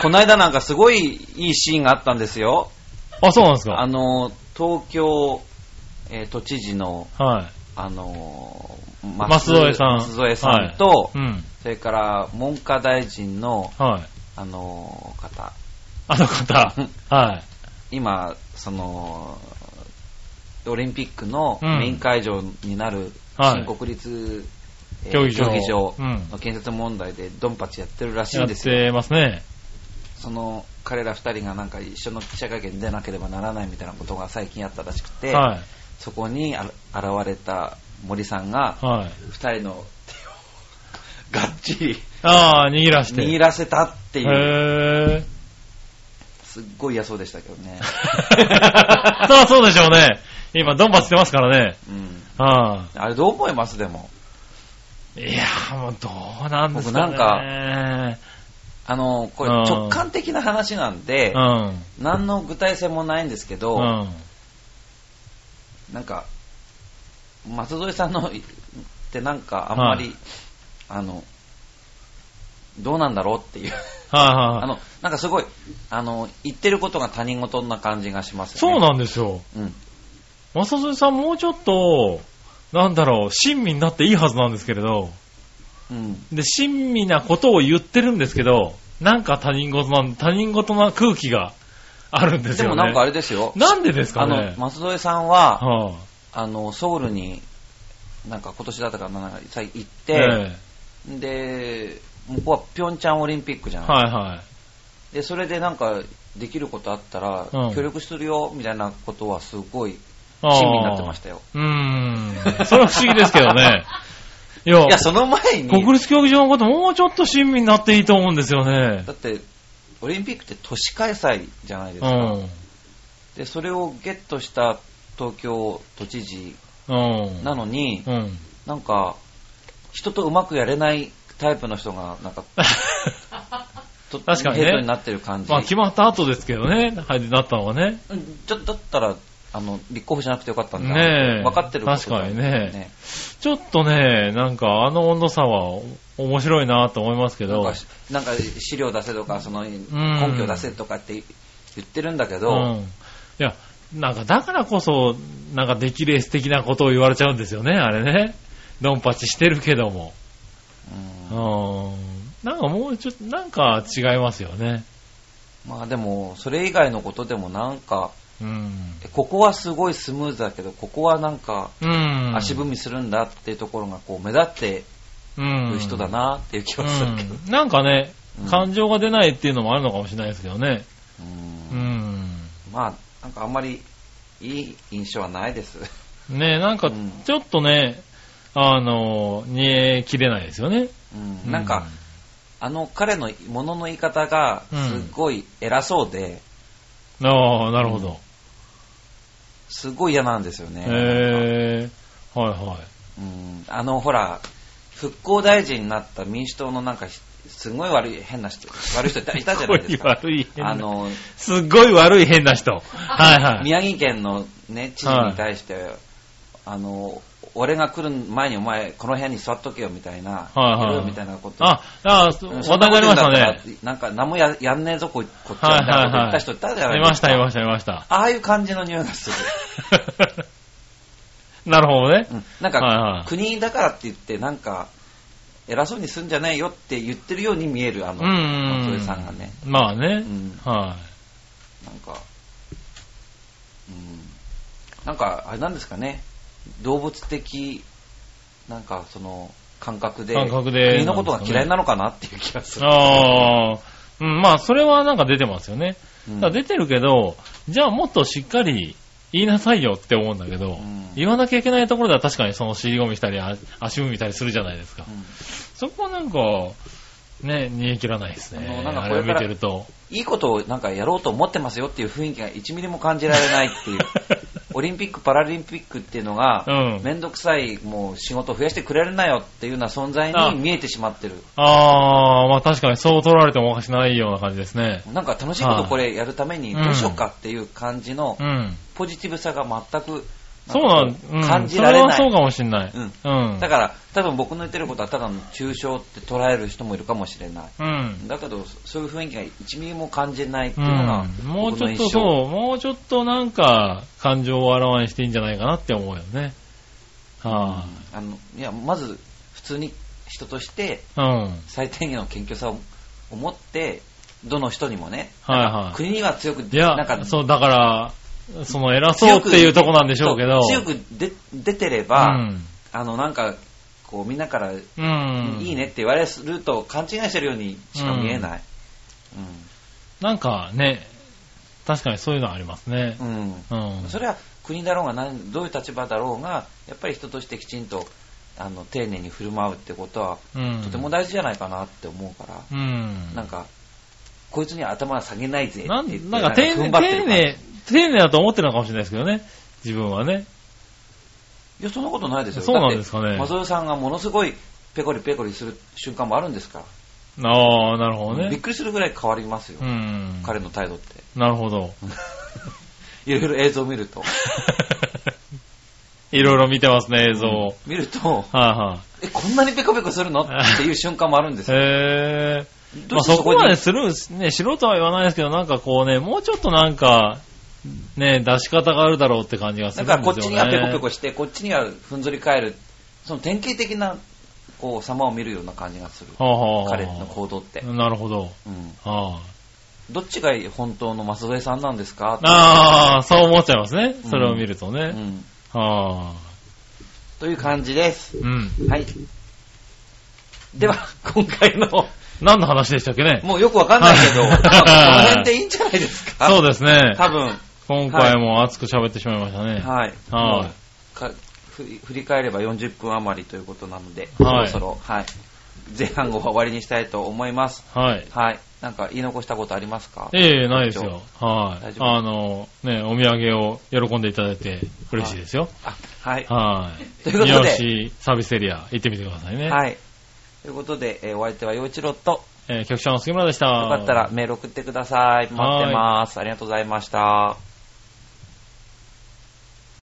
Speaker 1: この間なんかすごいいいシーンがあったんですよ。
Speaker 2: あ、そうなんです
Speaker 1: あ
Speaker 2: か。
Speaker 1: の、東京、えー都知事の、
Speaker 2: はい。
Speaker 1: あの、
Speaker 2: 舛添さん。
Speaker 1: 舛添さんと、
Speaker 2: はいうん。
Speaker 1: それから文科大臣の、
Speaker 2: はい。
Speaker 1: あの、方。
Speaker 2: あの方
Speaker 1: うん。
Speaker 2: はい。
Speaker 1: 今、その、オリンピックの
Speaker 2: うん
Speaker 1: メイン会場になる
Speaker 2: はい
Speaker 1: 新国立、えー
Speaker 2: 競技場
Speaker 1: の建設問題でドンパチやってるらしい
Speaker 2: や
Speaker 1: ん
Speaker 2: っ
Speaker 1: ですよ。
Speaker 2: てますね。
Speaker 1: その彼ら二人がなんか一緒の記者会見に出なければならないみたいなことが最近あったらしくて、
Speaker 2: は
Speaker 1: そこにあら現れた森さんが
Speaker 2: い。はい。
Speaker 1: 二人の手をがっちり
Speaker 2: ああ、握らして。
Speaker 1: 握らせたっていう、
Speaker 2: へー。
Speaker 1: すっごい嫌そうでしたけど ね。
Speaker 2: そうそうでしょうね。今、ドンパチしてますからね。
Speaker 1: うん、
Speaker 2: は
Speaker 1: あれどう思いますでも。
Speaker 2: い。いやー、もうどうなんですかね。
Speaker 1: 僕あの、これ
Speaker 2: うん
Speaker 1: 直感的な話なんで、何の具体性もないんですけ
Speaker 2: う
Speaker 1: ど、
Speaker 2: ん。うん。
Speaker 1: なんか、松添さんのってなんかあんまり、
Speaker 2: は
Speaker 1: あの、どうなんだろうっていう。
Speaker 2: はい
Speaker 1: あ
Speaker 2: はい。
Speaker 1: の、なんかすごい、あの、言ってることが他人事な感じがしますよ
Speaker 2: そう
Speaker 1: ね。
Speaker 2: なんですよ。
Speaker 1: そうなん
Speaker 2: マサゾさんもうちょっと、なんだろう、親身になっていいはずなんですけれど、
Speaker 1: うん。うん。
Speaker 2: で、親身なことを言ってるんですけど、なんか他人事なん、他人事な空気があるんです
Speaker 1: で
Speaker 2: よ
Speaker 1: も
Speaker 2: ね。
Speaker 1: なんかあれですよ。
Speaker 2: なんでですか
Speaker 1: あ
Speaker 2: ね
Speaker 1: の、。松添さんは、
Speaker 2: はあ、
Speaker 1: あの、ソウルに、なんか今年だったかな、なんか最近行っ
Speaker 2: え
Speaker 1: て、で、向こうはピョンチャンオリンピックじゃ
Speaker 2: え
Speaker 1: ない
Speaker 2: はいはい。
Speaker 1: でそれでなんかできることあったら、
Speaker 2: うん
Speaker 1: 協力するよみたいなことはすごい
Speaker 2: あー
Speaker 1: 親身になってましたよ。
Speaker 2: うーん。それは不思議ですけどね。いや
Speaker 1: い、やその前に
Speaker 2: 国立競技場のこともうちょっと親身になっていいと思うんですよね。
Speaker 1: だってオリンピックって都市開催じゃないです
Speaker 2: う
Speaker 1: か、
Speaker 2: ん。
Speaker 1: でそれをゲットした東京都知事
Speaker 2: うん。
Speaker 1: なのに、
Speaker 2: うん。
Speaker 1: なんか人とうまくやれないタイプの人がなんかと
Speaker 2: 確かにね
Speaker 1: ヘッドになってる感じ、
Speaker 2: まあ決まった後ですけどね、はい、なったのはね。
Speaker 1: うんちょだったらあの立候補しなくてよかったんだ、
Speaker 2: ねえ
Speaker 1: 分かってることだよ
Speaker 2: 確かにねちょっとね、なんかあの温度差はお面白いなと思いますけ
Speaker 1: なん
Speaker 2: ど
Speaker 1: か、なんか資料出せとかその根拠出せとかって言ってるんだけ
Speaker 2: う
Speaker 1: ど、
Speaker 2: ん。いや、なんかだからこそ、なんかデキレース的なことを言われちゃうんですよね、あれね。ドンパチしてるけども。
Speaker 1: うん
Speaker 2: うん。なんかもうちょっと、なんか違いますよね。
Speaker 1: まあでもそれ以外のことでもなんか
Speaker 2: うん。
Speaker 1: えここはすごいスムーズだけどここはなんか
Speaker 2: うん。
Speaker 1: 足踏みするんだっていうところがこう目立って
Speaker 2: うん
Speaker 1: る人だなっていう気
Speaker 2: う
Speaker 1: はするけど、
Speaker 2: ん。なんかね
Speaker 1: うん、
Speaker 2: 感情が出ないっていうのもあるのかもしれないですけどね。
Speaker 1: うん
Speaker 2: うん。
Speaker 1: まあなんかあんまりいい印象はないです、
Speaker 2: ねなんか
Speaker 1: うん
Speaker 2: ちょっとね、あの、煮えきれないですよね。
Speaker 1: うん、なんか、あの彼のものの言い方がすごい偉そうで
Speaker 2: うん。ああ、なるほど。
Speaker 1: すごい嫌なんですよね、
Speaker 2: へえ、はいはい。
Speaker 1: うんあの、ほら、復興大臣になった民主党のなんかひ、すごい悪い、変な人、悪い人いた いたじゃないですか。
Speaker 2: すっごい悪い変な
Speaker 1: あの、
Speaker 2: すっごい悪い変な人。はいはい。
Speaker 1: 宮城県のね、知事に対して、あの、俺が来る前にお前、この辺に座っとけよみたいな、
Speaker 2: はいはい
Speaker 1: ろろみたいなこと。
Speaker 2: あ、あ、
Speaker 1: うん、
Speaker 2: 話題になりました
Speaker 1: そんなこと言う
Speaker 2: ね。
Speaker 1: んだったら。なんか、何もややんねえぞ、ここっちは、
Speaker 2: はい
Speaker 1: みたいなこと
Speaker 2: はい
Speaker 1: 言
Speaker 2: は
Speaker 1: っ
Speaker 2: い。
Speaker 1: た人いたじゃない
Speaker 2: い
Speaker 1: で
Speaker 2: ますし
Speaker 1: か。
Speaker 2: た、いました、いました。
Speaker 1: ああいう感じの匂いがする。
Speaker 2: なるほどね
Speaker 1: う。んなんか、
Speaker 2: はいはい
Speaker 1: 国だからって言って、なんか、偉そうにすんじゃないよって言ってるように見える、あの、
Speaker 2: うん。
Speaker 1: 松江さんがね。。
Speaker 2: まあね
Speaker 1: ん。
Speaker 2: は
Speaker 1: なんか、うん、なんか、あれなんですかね、動物的、なんか、その、感覚で、
Speaker 2: 感覚で
Speaker 1: 国のことが嫌いなのかなっていう気がす
Speaker 2: い。
Speaker 1: る。
Speaker 2: ああ、うんまあそれはなんか出てますよね。
Speaker 1: うん
Speaker 2: だから出てるけど、じゃあもっとしっかり言いなさいよって思うんだけど、
Speaker 1: ん
Speaker 2: 言わなきゃいけないところでは確かにその尻込みしたり、あ足踏みしたりするじゃないですか。そこはなんか、ね、煮え切らないですね
Speaker 1: あの。なんか
Speaker 2: あ
Speaker 1: こ
Speaker 2: れ
Speaker 1: れ
Speaker 2: を
Speaker 1: から
Speaker 2: 見 てると。
Speaker 1: いいことをなんかやろうと思ってますよっていう雰囲気が1ミリも感じられないっていう。オリンピック・パラリンピックっていうのが、
Speaker 2: うん
Speaker 1: めんどくさいもう仕事を増やしてくれるなよっていうような存在
Speaker 2: あ
Speaker 1: に見えてしまってる。
Speaker 2: あー、まあ確かにそう取られてもおかしないような感じですね。
Speaker 1: なんか楽しいことこれやるために
Speaker 2: はい
Speaker 1: どうしようかっていう感じの
Speaker 2: うん。
Speaker 1: ポジティブさが全く
Speaker 2: そうなん、うん、
Speaker 1: 感じられない。
Speaker 2: それはそうかもしんない。
Speaker 1: うん
Speaker 2: うん。
Speaker 1: だから多分僕の言ってることはただの抽象って捉える人もいるかもしれない。
Speaker 2: うん。
Speaker 1: だけどそういう雰囲気が1ミリも感じないって
Speaker 2: う
Speaker 1: いうのが
Speaker 2: ん、もう
Speaker 1: 僕
Speaker 2: ち
Speaker 1: の
Speaker 2: ょっ
Speaker 1: 印象。
Speaker 2: とそう、もうちょっとなんか感情をあらわにしていいんじゃないかなって思うよね。は
Speaker 1: あのいやまず普通に人として
Speaker 2: あ、うん。
Speaker 1: 最低限の謙虚さを持ってどの人にもね
Speaker 2: はいはい。
Speaker 1: 国には強く
Speaker 2: い
Speaker 1: なんか
Speaker 2: や、そう、だから、その偉そうっていうとこなんでしょうけど。
Speaker 1: 強く出出てれば、あのなんかこうみんなから
Speaker 2: うん。うん。
Speaker 1: いいねって言われると勘違いしてるようにしか見えない。
Speaker 2: なんかね、確かにそういうのありますね。
Speaker 1: うん。うん
Speaker 2: うん。
Speaker 1: それは国だろうが何、どういう立場だろうが、やっぱり人としてきちんとあの丁寧に振る舞うってことは、
Speaker 2: うん、
Speaker 1: とても大事じゃないかなって思うから、
Speaker 2: うん。
Speaker 1: なんか、こいつには頭は下げないぜって
Speaker 2: な
Speaker 1: 言って
Speaker 2: んなんか丁
Speaker 1: 踏
Speaker 2: 寧、
Speaker 1: ん張ってる
Speaker 2: 丁
Speaker 1: 感じ
Speaker 2: 寧、丁寧だと思ってるのかもしれないですけどね。自分はね。
Speaker 1: いや、そんなことないですよ。
Speaker 2: そうなんですかね
Speaker 1: だって松尾さんがものすごいペコリペコリする瞬間もあるんですから。
Speaker 2: ああ、なるほど
Speaker 1: びっ
Speaker 2: ね。
Speaker 1: くりするぐらい変わりますよ。
Speaker 2: うん。
Speaker 1: 彼の態度って。
Speaker 2: なるほど。
Speaker 1: いろいろ映像を見ると。
Speaker 2: いろいろ見てますね、映像を。
Speaker 1: 見ると、
Speaker 2: は
Speaker 1: え、こんなにペコペコするのっていう瞬間もあるんで
Speaker 2: い
Speaker 1: す
Speaker 2: はい。
Speaker 1: よ。
Speaker 2: へえ。
Speaker 1: ど
Speaker 2: ま
Speaker 1: う
Speaker 2: あ
Speaker 1: してそ
Speaker 2: そこ
Speaker 1: こ
Speaker 2: ま
Speaker 1: に
Speaker 2: で、する、ね、素人は言わないですけど、なんかこうね、もうちょっとなんか、ね、出し方があるだろうって感じがす
Speaker 1: だ
Speaker 2: るん
Speaker 1: か
Speaker 2: ですよ
Speaker 1: ら
Speaker 2: ね。
Speaker 1: こっちにはペコペコして、こっちにはふんぞり返る。その典型的な、こう、様を見るような感じがする。
Speaker 2: はあはあはあ
Speaker 1: 彼の行動って。
Speaker 2: なるほど。
Speaker 1: うん。
Speaker 2: は
Speaker 1: どっちが本当の松添さんなんですかっ
Speaker 2: あ、
Speaker 1: て
Speaker 2: ああ、そう思っちゃいますね。それを見るとね。
Speaker 1: うん。
Speaker 2: はあ。
Speaker 1: という感じです。
Speaker 2: うん。
Speaker 1: はい。では、今回の、
Speaker 2: 何の話でしたっけね
Speaker 1: もうよくわかんないけど、
Speaker 2: はい
Speaker 1: まあこの辺でいいんじゃないですか。
Speaker 2: そうですね。
Speaker 1: 多分、
Speaker 2: 今回も熱く喋ってしまいました
Speaker 1: は
Speaker 2: ね。
Speaker 1: い。
Speaker 2: はい
Speaker 1: もうかふり振り返れば40分余りということなので、
Speaker 2: はい
Speaker 1: そろそろ、はい。前半後は終わりにしたいと思います。
Speaker 2: はい。
Speaker 1: はい。なんか言い残したことありますか
Speaker 2: ええないですよ。は
Speaker 1: 大丈
Speaker 2: い。
Speaker 1: 夫
Speaker 2: あの、ね、お土産を喜んでいただいて嬉しいですよ。
Speaker 1: あ、はい。
Speaker 2: はい。
Speaker 1: ということで
Speaker 2: 三好サービスエリア行ってみてくださいね。
Speaker 1: はい。ということで、えーお相手は陽一郎と、
Speaker 2: えー局長の杉村でした。
Speaker 1: よかったらメール送ってください。待ってます。ありがとうございました。